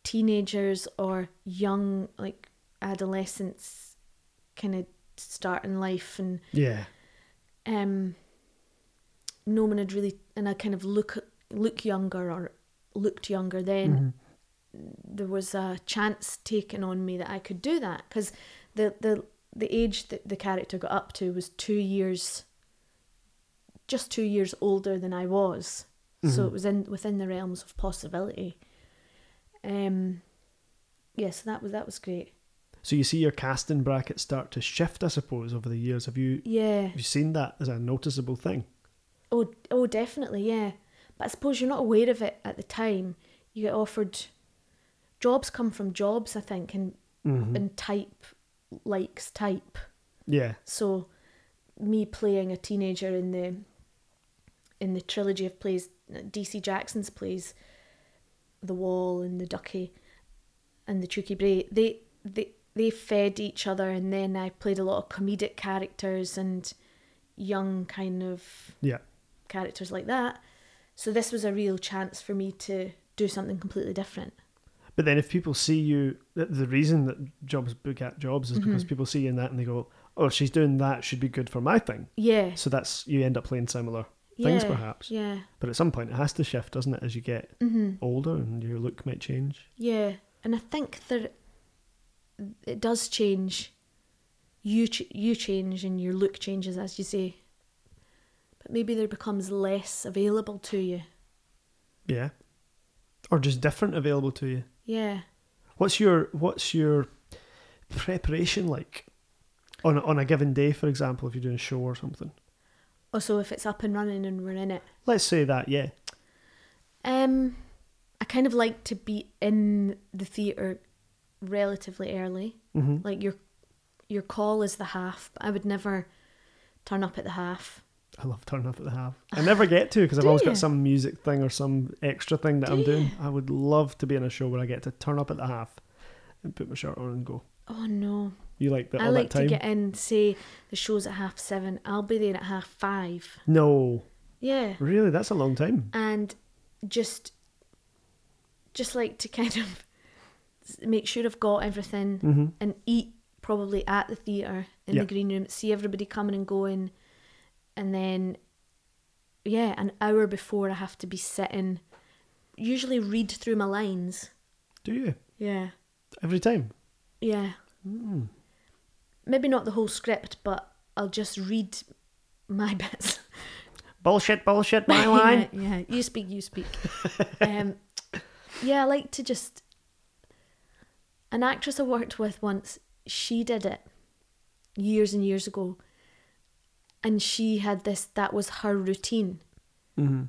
teenagers or young like adolescents kind of starting life and
Yeah.
um no one had really and I kind of look look younger or looked younger then there was a chance taken on me that I could do that because the the the age that the character got up to was two years just two years older than I was so it was in within the realms of possibility um yeah so that was that was great
So you see your casting bracket start to shift, I suppose, over the years. Have you
yeah
have you seen that as a noticeable thing?
Oh, oh, definitely, yeah. But I suppose you're not aware of it at the time. You get offered jobs come from jobs, I think, and and type likes type.
Yeah.
So, me playing a teenager in the in the trilogy of plays, DC Jackson's plays, The Wall and The Ducky, and The Chucky Bray, they they they fed each other, and then I played a lot of comedic characters and young kind of
Yeah.
characters like that. So this was a real chance for me to do something completely different.
But then if people see you, the, the reason that jobs book at jobs is
Mm-hmm.
because people see you in that and they go, oh, she's doing that, should be good for my thing.
Yeah.
So that's, you end up playing similar
yeah.
things perhaps.
Yeah.
But at some point it has to shift, doesn't it, as you get
Mm-hmm.
older and your look might change.
Yeah, and I think that it does change. You ch- you change and your look changes as you say, but maybe there becomes less available to you.
Yeah. Or just different available to you.
Yeah,
What's your what's your preparation like on a, on a given day, for example, if you're doing a show or something?
Also, if it's up and running and we're in it.
Let's say that, yeah.
Um, I kind of like to be in the theatre relatively early.
Mm-hmm.
Like your your call is the half, but I would never turn up at the half.
I love turning up at the half. I never get to because I've
Do
always
you?
got some music thing or some extra thing that
Do
I'm doing.
you?
I would love to be in a show where I get to turn up at the half and put my shirt on and go.
Oh no.
You like that
I
all
like
that
to
time?
get in, say the show's at half seven. I'll be there at half five.
No,
Yeah,
really, that's a long time.
and just, just like to kind of (laughs) s- make sure I've got everything
Mm-hmm.
and eat probably at the theatre in
Yeah.
the green room. See everybody coming and going, and then, yeah, an hour before I have to be sitting. Usually read through my lines.
Do you
Yeah,
every time?
yeah.
Mm.
Maybe not the whole script, but I'll just read my (laughs) bits.
Bullshit, bullshit, my line.
(laughs) yeah, yeah, you speak, you speak. um, yeah, I like to just. An actress I worked with once, she did it years and years ago, and she had this. That was her routine.
Mm-hmm.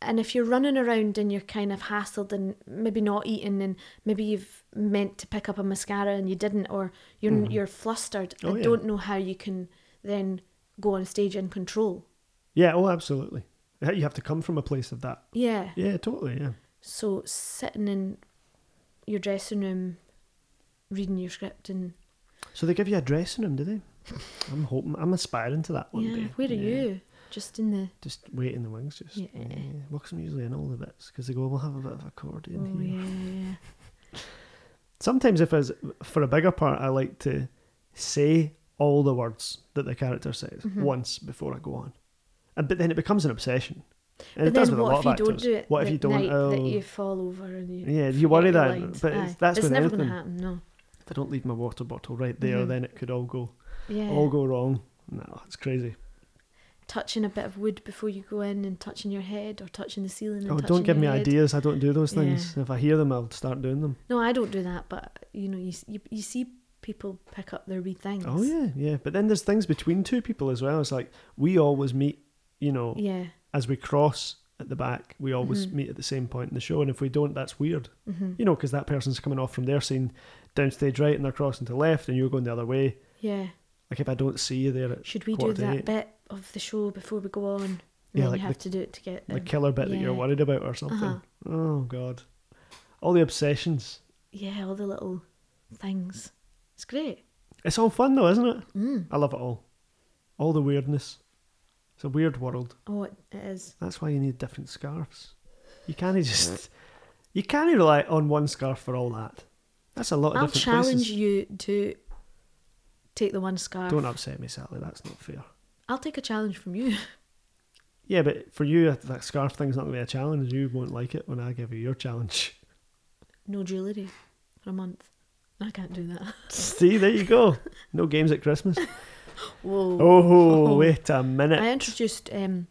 And if you're running around and you're kind of hassled and maybe not eating and maybe you've meant to pick up a mascara and you didn't, or you're you're flustered,
Mm-hmm. Oh,
I
yeah.
don't know how you can then go on stage and control.
Yeah, oh, absolutely. Yeah, You have to come from a place of that.
Yeah.
Yeah, totally. Yeah.
So sitting in your dressing room, reading your script, and
So they give you a dressing room, do they? (laughs) I'm hoping. I'm aspiring to that one
yeah,
day.
where are
Yeah.
you? Just in the
Just wait in the wings, just
Yeah.
yeah. yeah. Well, 'cause I'm usually in all the bits because they go, we'll have a bit of accordion
oh
here.
yeah, yeah, yeah.
Sometimes, if it's for a bigger part, I like to say all the words that the character says
Mm-hmm.
once before I go on, and but then it becomes an obsession. And it
but
does
then
with a
what
lot
if
of
you don't
actors.
do it?
what if
that
you don't?
Night
oh,
that you fall over and you.
yeah, you worry
forget
that,
your lines.
but it's,
Aye.
that's
it's
with
never
anything.
gonna happen. No.
If I don't leave my water bottle right there,
Mhm.
then it could all go
Yeah.
all go wrong. No, it's crazy.
Touching a bit of wood before you go in, and touching your head, or touching the ceiling. And
Oh,
touching
don't give
your
me
head.
ideas. I don't do those
Yeah.
things. If I hear them, I'll start doing them.
No, I don't do that. But you know, you s- you, you see people pick up their wee things.
Oh yeah, yeah. But then there's things between two people as well. It's like we always meet, you know,
Yeah.
as we cross at the back, we always
Mhm.
meet at the same point in the show. And if we don't, that's weird,
hmm
you know, because that person's coming off from their scene downstage right, and they're crossing to left, and you're going the other way.
Yeah.
Like if I don't see you there, at
Should we do
quarter to eight.
that bit of the show before we go on? And
Yeah,
then
like
you have to do it to get
the
them.
killer bit that you're
yeah.
worried about or something.
Uh-huh.
Oh god, all the obsessions.
yeah, all the little things. It's great.
It's all fun though, isn't it?
Mm.
I love it all. All the weirdness. It's a weird world.
Oh, it it is.
That's why you need different scarves. You can't just you can't rely on one scarf for all that. That's a lot of
I'll
different
challenge
places.
you to take the one scarf.
Don't upset me, Sally. That's not fair.
I'll take a challenge from you. (laughs)
Yeah, but for you, that scarf thing's not going to be a challenge. You won't like it when I give you your
(laughs)
challenge.
No jewellery for a month. I can't do that.
See, there you go. No games at
(laughs)
Christmas.
Whoa.
Oh, wait a minute.
I introduced um,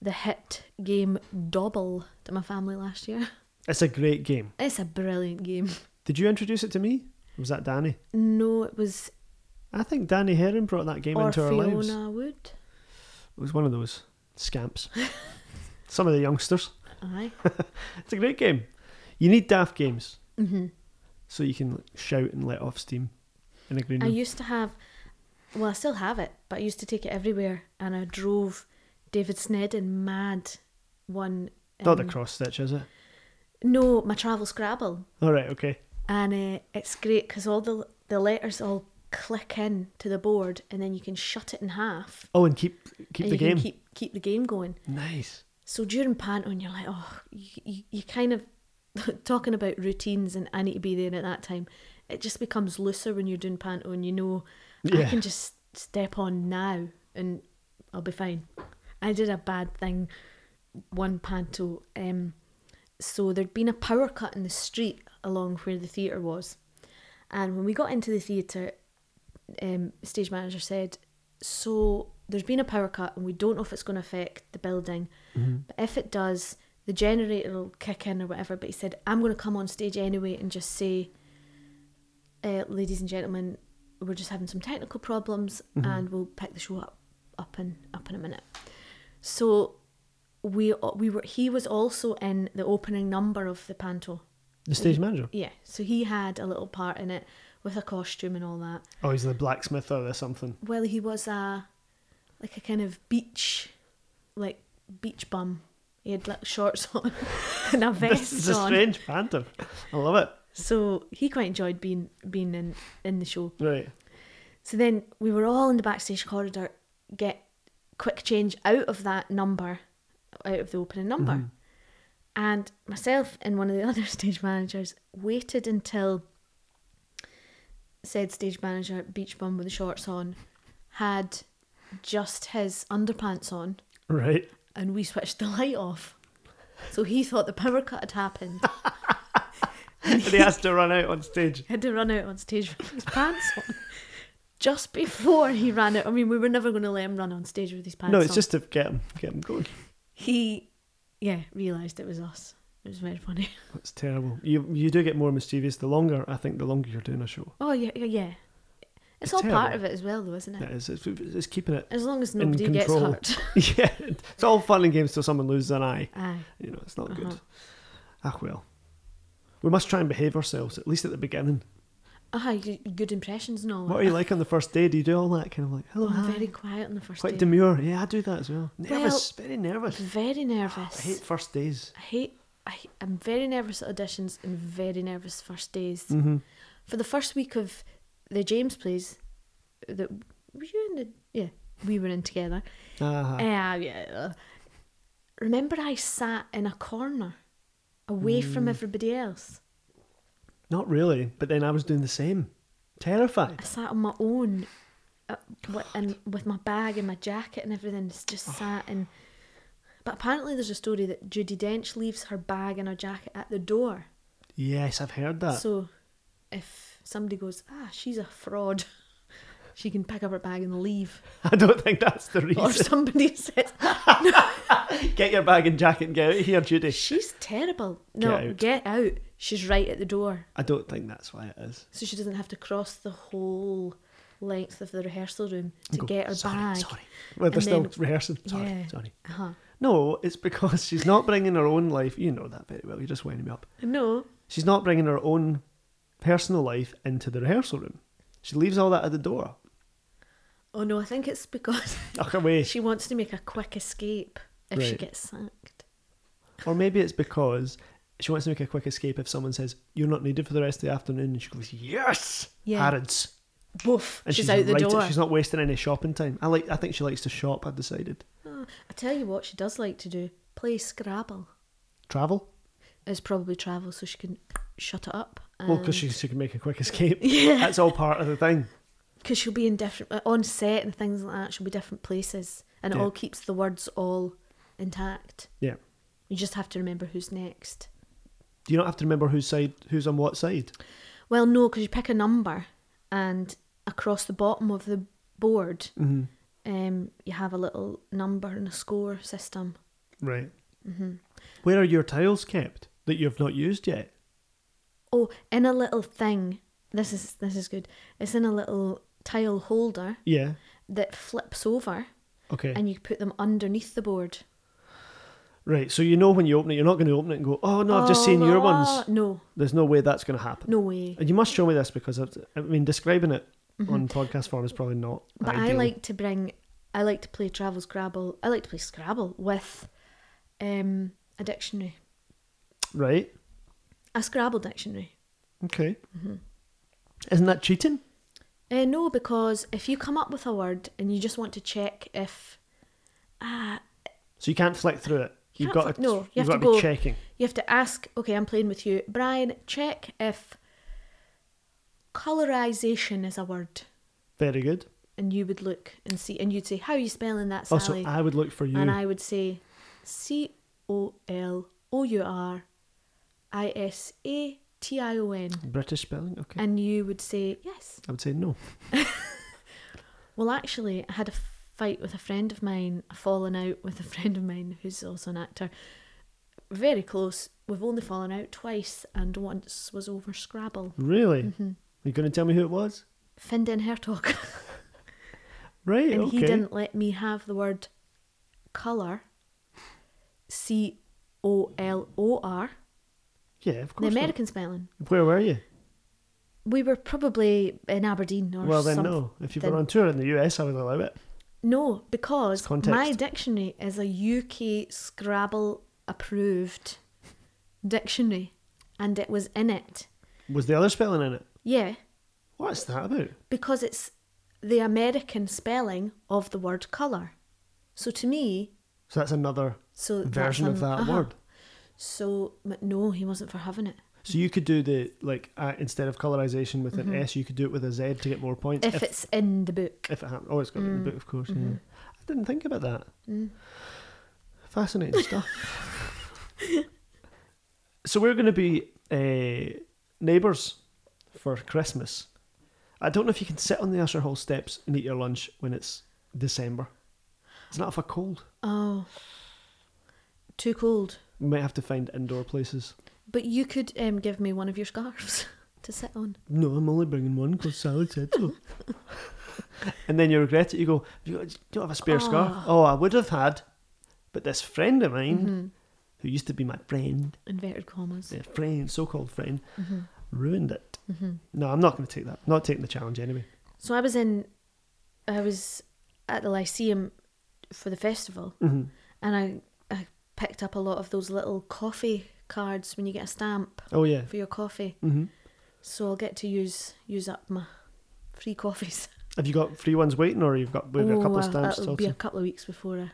the hit game Dobble to my family last year.
It's a great game.
It's a brilliant game.
Did you introduce it to me? Or was that Danny?
No, it was
I think Danny Herring brought that game
or
into our lives. It
Fiona Wood.
was one of those scamps. Some of the youngsters. (laughs)
Aye.
It's a great game. You need daft games.
hmm
so you can shout and let off steam in a green
I
room.
used to have, well, I still have it, but I used to take it everywhere, and I drove David Snedden mad. One.
Not the
um,
cross stitch, is it?
No, my travel Scrabble,
All right, okay.
and uh, it's great because all the the letters all click in to the board, and then you can shut it in half.
Oh, and keep keep
and
the
you
game.
Can keep keep the game going.
Nice.
So during Panton, you're like, oh, you, you, you kind of (laughs) talking about routines and I need to be there at that time, it just becomes looser when you're doing panto and you know I
Yeah.
can just step on now and I'll be fine. I did a bad thing one panto. Um, so there'd been a power cut in the street along where the theatre was. And when we got into the theatre, um, stage manager said, So there's been a power cut and we don't know if it's going to affect the building. But if it does, the generator will kick in or whatever. But he said, I'm going to come on stage anyway and just say, uh, Ladies and gentlemen, we're just having some technical problems and we'll pick the show up up in up in a minute. So we uh, we were he was also in the opening number of the panto.
The stage manager.
Yeah, so he had a little part in it with a costume and all that.
Oh, he's the blacksmith or something. (laughs)
Well, he was a like a kind of beach, like beach bum. He had like shorts on (laughs) and a
This
vest
is a
on.
strange phantom. I love it.
So he quite enjoyed being being in in the show.
Right.
So then we were all in the backstage corridor, get quick change out of that number, out of the opening number. And myself and one of the (laughs) other stage managers waited until said stage manager, beach bum with the shorts on, had just his underpants on
Right.
and we switched the (laughs) light off. So he thought the power cut had happened.
And he has to run out on stage.
had to run out on stage with his pants on. Just before he ran out, I mean, we were never going to let him run on stage with his pants on.
No, it's just to get him, get him going.
he, yeah, realised it was us. It was very funny. (laughs)
That's terrible. You you do get more mischievous the longer I think the longer you're doing a show.
Oh yeah, yeah, yeah. It's,
It's
all part
terrible.
of it as well, though, isn't it?
That is, it's, it's keeping
(laughs)
it. (laughs)
As long as
in
nobody gets
control.
hurt.
yeah, it's all fun and games till someone loses an eye.
Aye.
You know, it's not
Uh-huh.
good. Ah well. We must try and behave ourselves at least at the beginning.
Aye, good- good impressions and all.
What are
that. Oh,
you like on the first day? Do you do all that kind of like hello,
I'm
hi?
very quiet on the first
Quite
day.
demure. Yeah, I do that as well. Nervous, very nervous.
very nervous.
I hate first days.
I hate. I, hate- I'm very nervous at auditions and very nervous first days. For the first week of the James plays, that were you in the? Yeah, we were in together.
Ah,
Ah, yeah. Remember, I sat in a corner, away from everybody else.
not really. But then I was doing the same. Terrified.
I sat on my own, uh, wi- and with my bag and my jacket and everything. It's just sat and. But apparently, there's a story that Judy Dench leaves her bag and her jacket at the door.
Yes, I've heard that.
So if somebody goes, ah, she's a fraud, (laughs) she can pick up her bag
(laughs)
and leave.
(laughs) I don't think that's the
Or
reason.
somebody (laughs) says, "Ah,
Get your bag and jacket and get out of here, Judy.
she's terrible. No,
out.
get out. She's right at the door.
I don't think that's why it is.
So she doesn't have to cross the whole length of the rehearsal room to
Go,
get her
sorry,
bag.
Sorry. Well, they're
And
still
then-
rehearsing. Sorry,
Yeah.
sorry.
Uh-huh.
No, it's because she's not bringing her own life. You know that very well. You're just winding me up.
No.
She's not bringing her own personal life into the rehearsal room. She leaves all that at the door.
Oh no, I think
(laughs)
it's because
Knock away.
she wants to make a quick escape if she
Right.
gets sacked.
Or maybe it's because she wants to make a quick escape if someone says, You're not needed for the rest of the afternoon. And she goes, Yes!
Yeah.
Harrods.
Woof,
And
she's, out the
right-
door.
She's not wasting any shopping time. I like. I think she likes to shop, I've decided.
Oh, I tell you what she does like to do, play Scrabble.
Travel?
is probably travel so she can shut it up. Uh,
Well, because she, she can make a quick
(laughs)
escape. That's all part of the thing.
Because she'll be in different, uh, on set and things like that, she'll be different places. And
Yeah.
it all keeps the words all intact.
Yeah.
You just have to remember who's next.
Do you not have to remember whose side, who's on what side?
Well, no, because you pick a number and across the bottom of the board,
Mm-hmm.
um, you have a little number and a score system.
Right. Mm-hmm. Where are your tiles kept that you've not used yet?
Oh, in a little thing. This is this is good. It's in a little tile holder
Yeah.
that flips over,
Okay.
and you put them underneath the board.
right. So you know when you open it, you're not going to open it and go, "Oh no, I've just seen your
Oh,
ones."
No,
There's no way that's going to happen.
no way.
And you must show me this because I've, I mean, describing it on podcast form is probably not.
Mm-hmm. But I
ideal.
like to bring. I like to play travel Scrabble. I like to play Scrabble with um, a dictionary,
Right.
a Scrabble dictionary.
Okay.
Mm-hmm.
Isn't that cheating?
Uh, no, because if you come up with a word and you just want to check if
So you can't flick through it.
You
have
can't
got
flick-
to,
no, you
you've
have
got
to
be
go-
checking.
you you have to ask, okay, I'm playing with you. Brian, check if colorization is a word.
Very good.
And you would look and see, and you'd say, how are you spelling that,
Also,
Sally?
I would look for you.
and I would say C O L O U R I S A T I O N.
British spelling? Okay.
And you would say, yes.
I would say no.
Well, actually, I had a fight with a friend of mine, a falling out with a (laughs) friend of mine who's also an actor. Very close. We've only fallen out twice, and once was over Scrabble.
Really?
Mm-hmm.
Are you going to tell me who it was?
Findon Hertog. (laughs)
Right,
and
okay.
he didn't let me have the word colour. C O L O R.
Yeah, of
The
course. not.
American spelling.
Where were you?
We were probably in Aberdeen or
Well, then
something.
no. If you
then-
were on tour in the US, I would allow it.
No, because
It's context.
my dictionary is a UK Scrabble approved dictionary and it was in it.
Was the other spelling in it?
Yeah,
What's that about?
because it's the American spelling of the word colour. So to me,
So that's another
so that's
version
an-
of that
uh-huh.
word.
So but no, he wasn't for having it.
So you could do the like uh, instead of colorization with an S, you could do it with a Z to get more points.
If, it's in the book.
if it happened, oh, it's got to be in the book, of course. Yeah. I didn't think about that. Fascinating stuff. so we're going to be uh, neighbours for Christmas. I don't know if you can sit on the Usher Hall steps and eat your lunch when it's December. It's not if I cold.
Oh. Too cold.
We might have to find indoor places.
But you could um, give me one of your scarves (laughs) to sit on.
No, I'm only bringing one because Sally said so. (laughs) and then you regret it. You go, you got- you don't have a spare scarf.
Ah.
Oh, I would have had, but this friend of mine,
Mm-hmm.
who used to be my friend,
Inverted commas.
their friend, so-called friend, ruined it. No, I'm not going to take that. Not taking the challenge anyway.
So I was in, I was at the Lyceum for the festival,
Mm-hmm.
and I I picked up a lot of those little coffee cards when you get a stamp
Oh yeah,
for your coffee.
Mhm.
So I'll get to use use up my
(laughs)
free coffees.
have you got free ones waiting, or you've got maybe a couple of
uh,
stamps still?
it'll be a
To...
couple of weeks
(sighs)
before I,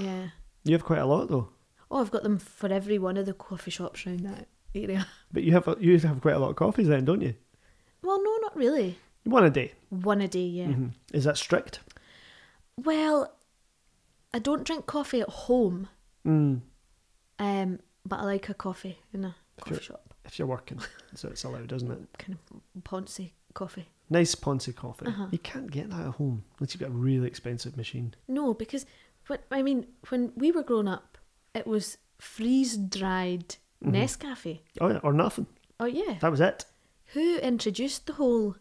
yeah.
You have quite a lot though,
Oh, I've got them for every one of the coffee shops around that area. (laughs)
but you have a, you have quite a lot of coffees then, don't you?
Well, no, not really.
One a day.
One a day, yeah.
Mhm. Is that strict?
Well, I don't drink coffee at home,
Mm,
um, but I like a coffee in a coffee
Sure.
shop.
if you're working, so it's allowed, isn't it?
kind of poncy coffee.
Nice Ponzi coffee. You can't get that at home unless you've got a really expensive machine.
No, because what I mean, when we were growing up, it was freeze dried
Mm-hmm.
Nescafe.
Oh yeah, or nothing.
Oh yeah,
That was it.
who introduced the whole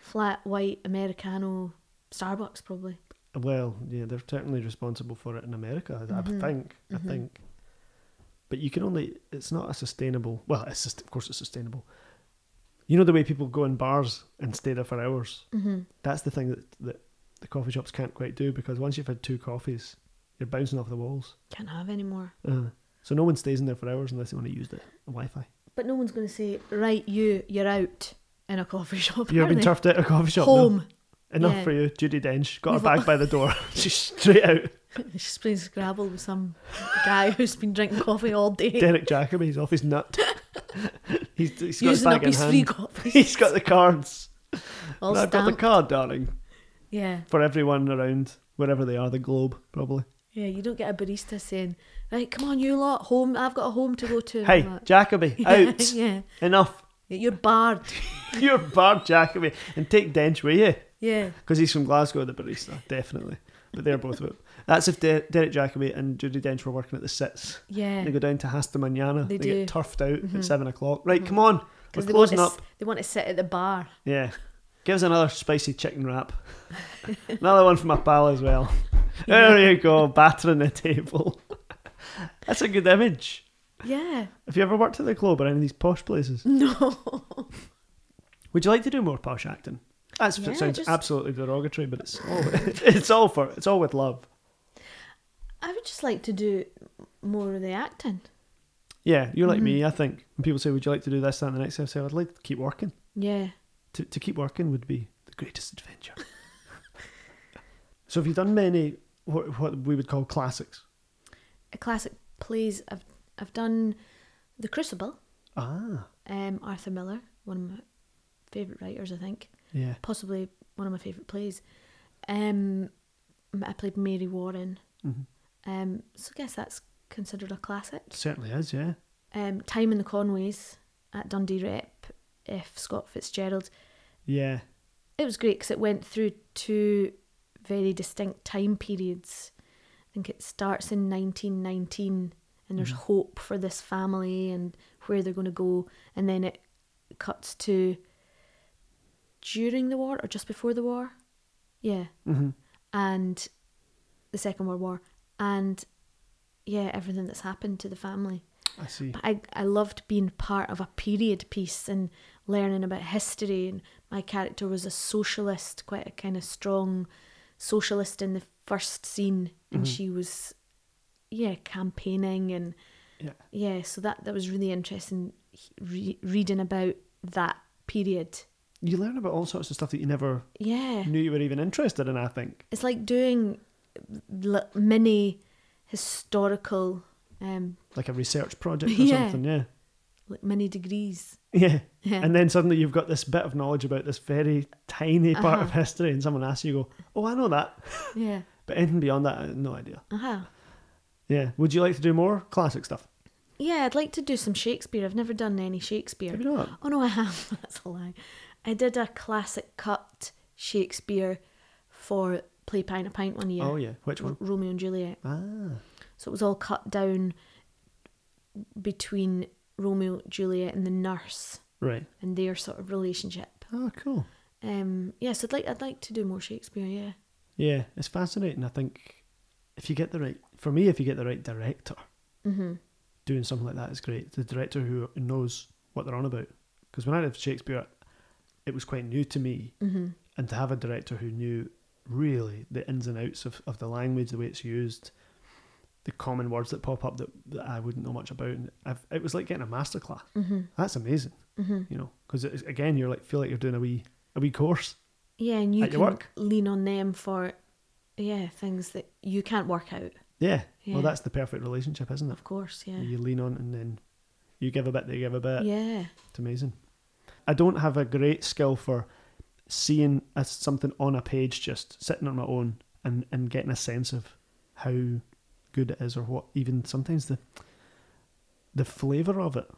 flat white Americano? Starbucks probably.
Well, yeah, they're certainly responsible for it in America. I- I think. I think. But you can only. It's not a sustainable. Well, it's just, of course it's sustainable. You know the way people go in bars and stay there for hours. Mm-hmm. That's the thing that that the coffee shops can't quite do because once you've had two coffees, you're bouncing off the walls.
Can't have any more.
Uh, so no one stays in there for hours unless they want to use the, the Wi-Fi.
But no one's going to say, right, you, you're out in a coffee (laughs) shop.
You've
are
been
they?
turfed out of a coffee shop. no.
Home.
Enough
Yeah.
for you, Judy Dench. Got her
You've-
bag by the
(laughs)
door. She's straight out.
She's playing Scrabble with some guy (laughs) who's been drinking coffee all day,
Derek Jacobi, he's off his nut. (laughs) he's, he's got his
using
bag
up
in
his free
hand. (laughs)
coffee.
He's got the cards.
all
And I've got the
stamped.
card, darling,
Yeah.
for everyone around wherever they are, the globe, probably.
Yeah, you don't get a barista saying, "Right, come on, you lot, home. I've got a home to go to."
Hey,
I'm like,
Jacobi, out.
(laughs) yeah,
Enough. (laughs)
you're barred.
You're barred, Jacobi. And take Dench with you.
Yeah,
Because he's from Glasgow, the barista, definitely. But they're both
(laughs)
of it. That's if De- Derek Jacobi and Judy Dench were working at the sits. They
yeah.
go down to Hastamaniana.
They
They, get
do. Mm-hmm.
turfed out at seven o'clock. Right, come on. We're
they want,
closing
to,
up.
s- they want to sit at the bar.
Yeah. Give us another spicy chicken wrap. another one for my pal as well. There you go, battering the table. That's a good image.
Yeah, (laughs)
Have you ever worked at the club or any of these posh places?
no.
Would you like to do more posh acting? That's,
Yeah,
it sounds
just-
absolutely derogatory, but it's all (laughs) it's all for it's all with love.
I would just like to do more of the acting.
Yeah, you're like
Mm-hmm.
me. I think when people say, "Would you like to do this, that, and the next?" I say, "I'd like to keep working.
Yeah,
To to keep working would be the greatest
(laughs)
adventure." so, have you done many what what we would call classics?
a classic plays. I've I've done The Crucible,
Ah,
um, Arthur Miller, one of my favourite writers, I think.
yeah.
Possibly one of my favourite plays. Um, I played Mary Warren.
Mhm.
Um, so I guess that's considered a classic.
Certainly is, yeah.
Um, Time in the Conways at Dundee Rep, F. Scott Fitzgerald.
Yeah.
It was great because it went through two very distinct time periods. I think it starts in 1919 and there's hope for this family and where they're going to go. And then it cuts to during the war or just before the war. Yeah.
Mhm.
And the Second World War. And yeah, everything that's happened to the family.
I see.
But I, I loved being part of a period piece and learning about history. And my character was a socialist, quite a kind of strong socialist in the first scene, and she was, yeah, campaigning and
Yeah.
yeah. So that that was really interesting he- re- reading about that period.
You learn about all sorts of stuff that you never
Yeah,
knew you were even interested in, I think.
it's like doing l- mini historical, um,
Like a research
(laughs)
project or
Yeah.
something, yeah.
like mini degrees.
Yeah.
Yeah.
And then suddenly you've got this bit of knowledge about this very tiny part of
Uh-huh.
history, and someone asks you, you go, Oh, I know that.
Yeah.
But anything beyond that, I have no idea.
Uh-huh.
Yeah. Would you like to do more classic stuff?
Yeah, I'd like to do some Shakespeare. I've never done any Shakespeare.
Maybe not.
Oh no, I have. (laughs) That's a lie. I did a classic cut Shakespeare for Play Pint a Pint one year.
Oh, yeah. Which
R-
one?
Romeo and Juliet.
Ah.
So it was all cut down between Romeo, Juliet, and the nurse
Right.
and their sort of relationship.
Oh, cool.
Um, yeah, so I'd like I'd like to do more Shakespeare. Yeah.
Yeah. It's fascinating. I think if you get the right, for me, if you get the right director,
Mm-hmm.
doing something like that is great. The director who knows what they're on about. Because when I read Shakespeare, it was quite new to me.
Mm-hmm.
And to have a director who knew really the ins and outs of, of the language, the way it's used, the common words that pop up that, that I wouldn't know much about. And I've, it was like getting a masterclass.
Mm-hmm.
That's amazing,
Mm-hmm.
you know. Because again, you're like, feel like you're doing a wee, a wee course.
Yeah, and you
At
can
your work.
lean on them for yeah things that you can't work out.
Yeah.
Yeah.
Well, that's the perfect relationship, isn't it?
Of course, yeah.
You lean on and then you give a bit, they give a bit.
Yeah.
It's amazing. I don't have a great skill for seeing a, something on a page, just sitting on my own and, and getting a sense of how good it is or what even sometimes the the flavour of it.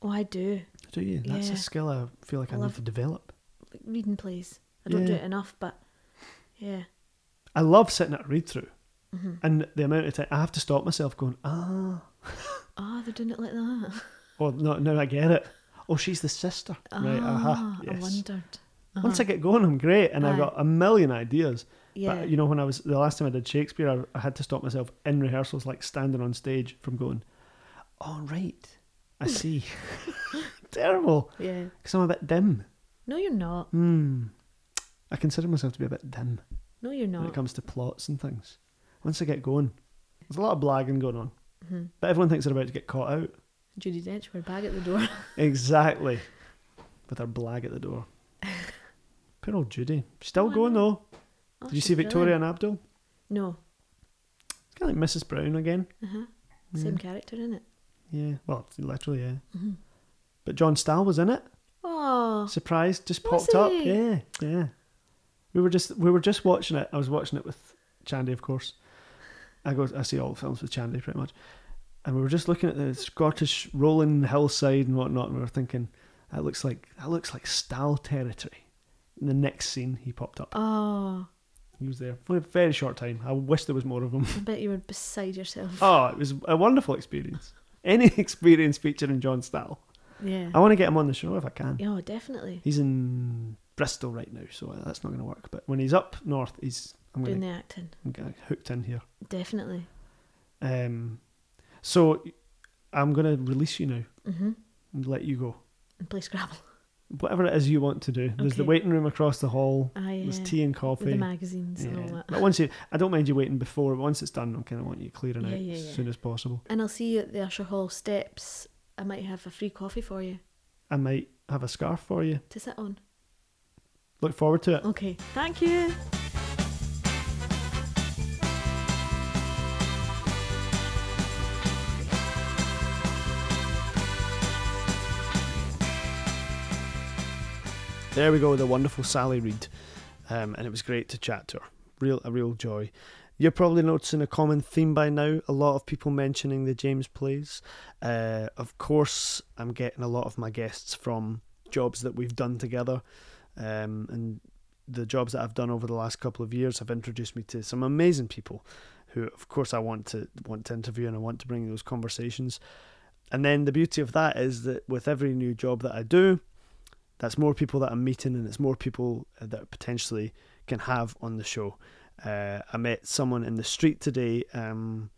Oh, I do.
Do you? That's
Yeah.
a skill I feel like I,
I
need
love-
to develop.
Like reading plays. I don't do
Yeah.
it enough, but yeah.
I love sitting at a read through
Mm-hmm.
and the amount of time I have to stop myself going, ah,
Oh, they're doing it like that.
oh, no, now I get it. Oh, she's the sister. Right, aha.
Ah, I
Yes.
wondered.
Once I
Uh-huh.
get going, I'm great and I've
Aye.
got a million ideas.
yeah.
But you know, when I was the last time I did Shakespeare, I, I had to stop myself in rehearsals, like standing on stage, from going, "All right,
Hmm.
I see." (laughs) Terrible,
yeah.
because I'm a bit dim.
No, you're not.
Hmm. I consider myself to be a bit dim
No, you're
when it
not.
comes to plots and things. Once I get going, there's a lot of blagging going on, but everyone thinks they're about to get caught out.
Mm-hmm. Judy Dench, we're back at the door. (laughs)
Exactly, with her blag at the
(laughs)
door. Poor old Judy, still
Oh, I
going though.
Oh,
Did you
she's
see Victoria
brilliant.
and Abdul?
No.
It's kind of like Mrs. Brown again.
Uh-huh.
Mm.
Same character, isn't it?
Yeah, well, literally, yeah. But John Stahl was in it.
Mm-hmm. Oh.
Surprise, just
Was
popped up.
he?
Yeah, yeah. We were just we were just watching it. I was watching it with Chandy, of course. I go, I see all the films with Chandy pretty much, and we were just looking at the Scottish rolling hillside and whatnot, and we were thinking that looks like that looks like Stahl territory. And the next scene, he popped up.
Oh.
He was there for a very short time. I wish there was more of him. (laughs)
I bet you were beside yourself.
Oh, it was a wonderful experience. Any (laughs) experience featuring John Stahl.
Yeah.
I want to get him on the show if I can.
Yeah, definitely.
He's in Bristol right now, so that's not going to work. But when he's up north, he's I'm
Doing
going
the acting.
to get hooked in here.
Definitely.
Um, so I'm going to release you now
Mm-hmm.
and let you go.
And play Scrabble.
Whatever it is you want to do. There's the
Okay.
waiting room across the hall.
I,
There's
uh,
tea and
with the uh,
coffee.
magazines and all
Yeah.
that.
But once you, I don't mind you waiting before. but Once it's done, I kind of want you clearing
Yeah,
out
yeah,
as
yeah.
soon as possible.
And I'll see you at the Usher Hall steps. I might have a free coffee for you
I might have a scarf for you.
to sit on.
Look forward to it.
Okay, thank you.
There we go, the wonderful Sally Reid, um, and it was great to chat to her. Real, a real joy. You're probably noticing a common theme by now. A lot of people mentioning the James plays. Uh, of course, I'm getting a lot of my guests from jobs that we've done together, um, and the jobs that I've done over the last couple of years have introduced me to some amazing people, who, of course, I want to want to interview and I want to bring those conversations. And then the beauty of that is that with every new job that I do, that's more people that I'm meeting, and it's more people uh, that I potentially can have on the show. Uh, I met someone in the street today um,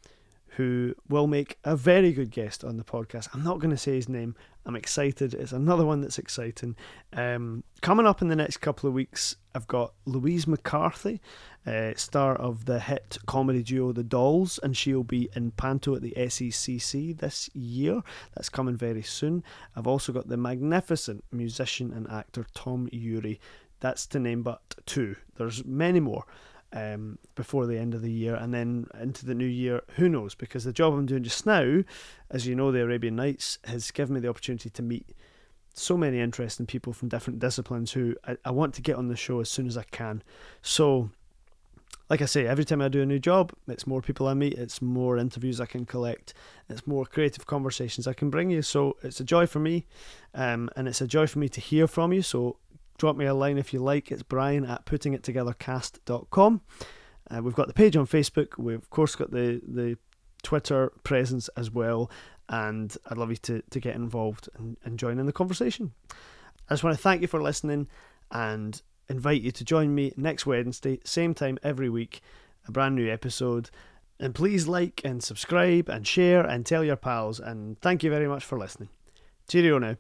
who will make a very good guest on the podcast. I'm not going to say his name. I'm excited. It's another one that's exciting. Um, coming up in the next couple of weeks, I've got Louise McCarthy, uh, star of the hit comedy duo The Dolls, and she'll be in Panto at the SECC this year. That's coming very soon. I've also got the magnificent musician and actor Tom Urey. That's to name but two. There's many more um, before the end of the year and then into the new year. Who knows? Because the job I'm doing just now, as you know, the Arabian Nights has given me the opportunity to meet so many interesting people from different disciplines who I, I want to get on the show as soon as I can. So, like I say, every time I do a new job, it's more people I meet, it's more interviews I can collect, it's more creative conversations I can bring you. So, it's a joy for me, um, and it's a joy for me to hear from you. So, drop me a line if you like. It's brian at puttingittogethercast.com. Uh, we've got the page on Facebook. We've, of course, got the, the Twitter presence as well. And I'd love you to, to get involved and, and join in the conversation. I just want to thank you for listening and invite you to join me next Wednesday, same time every week, a brand new episode. And please like and subscribe and share and tell your pals. And thank you very much for listening. Cheerio now.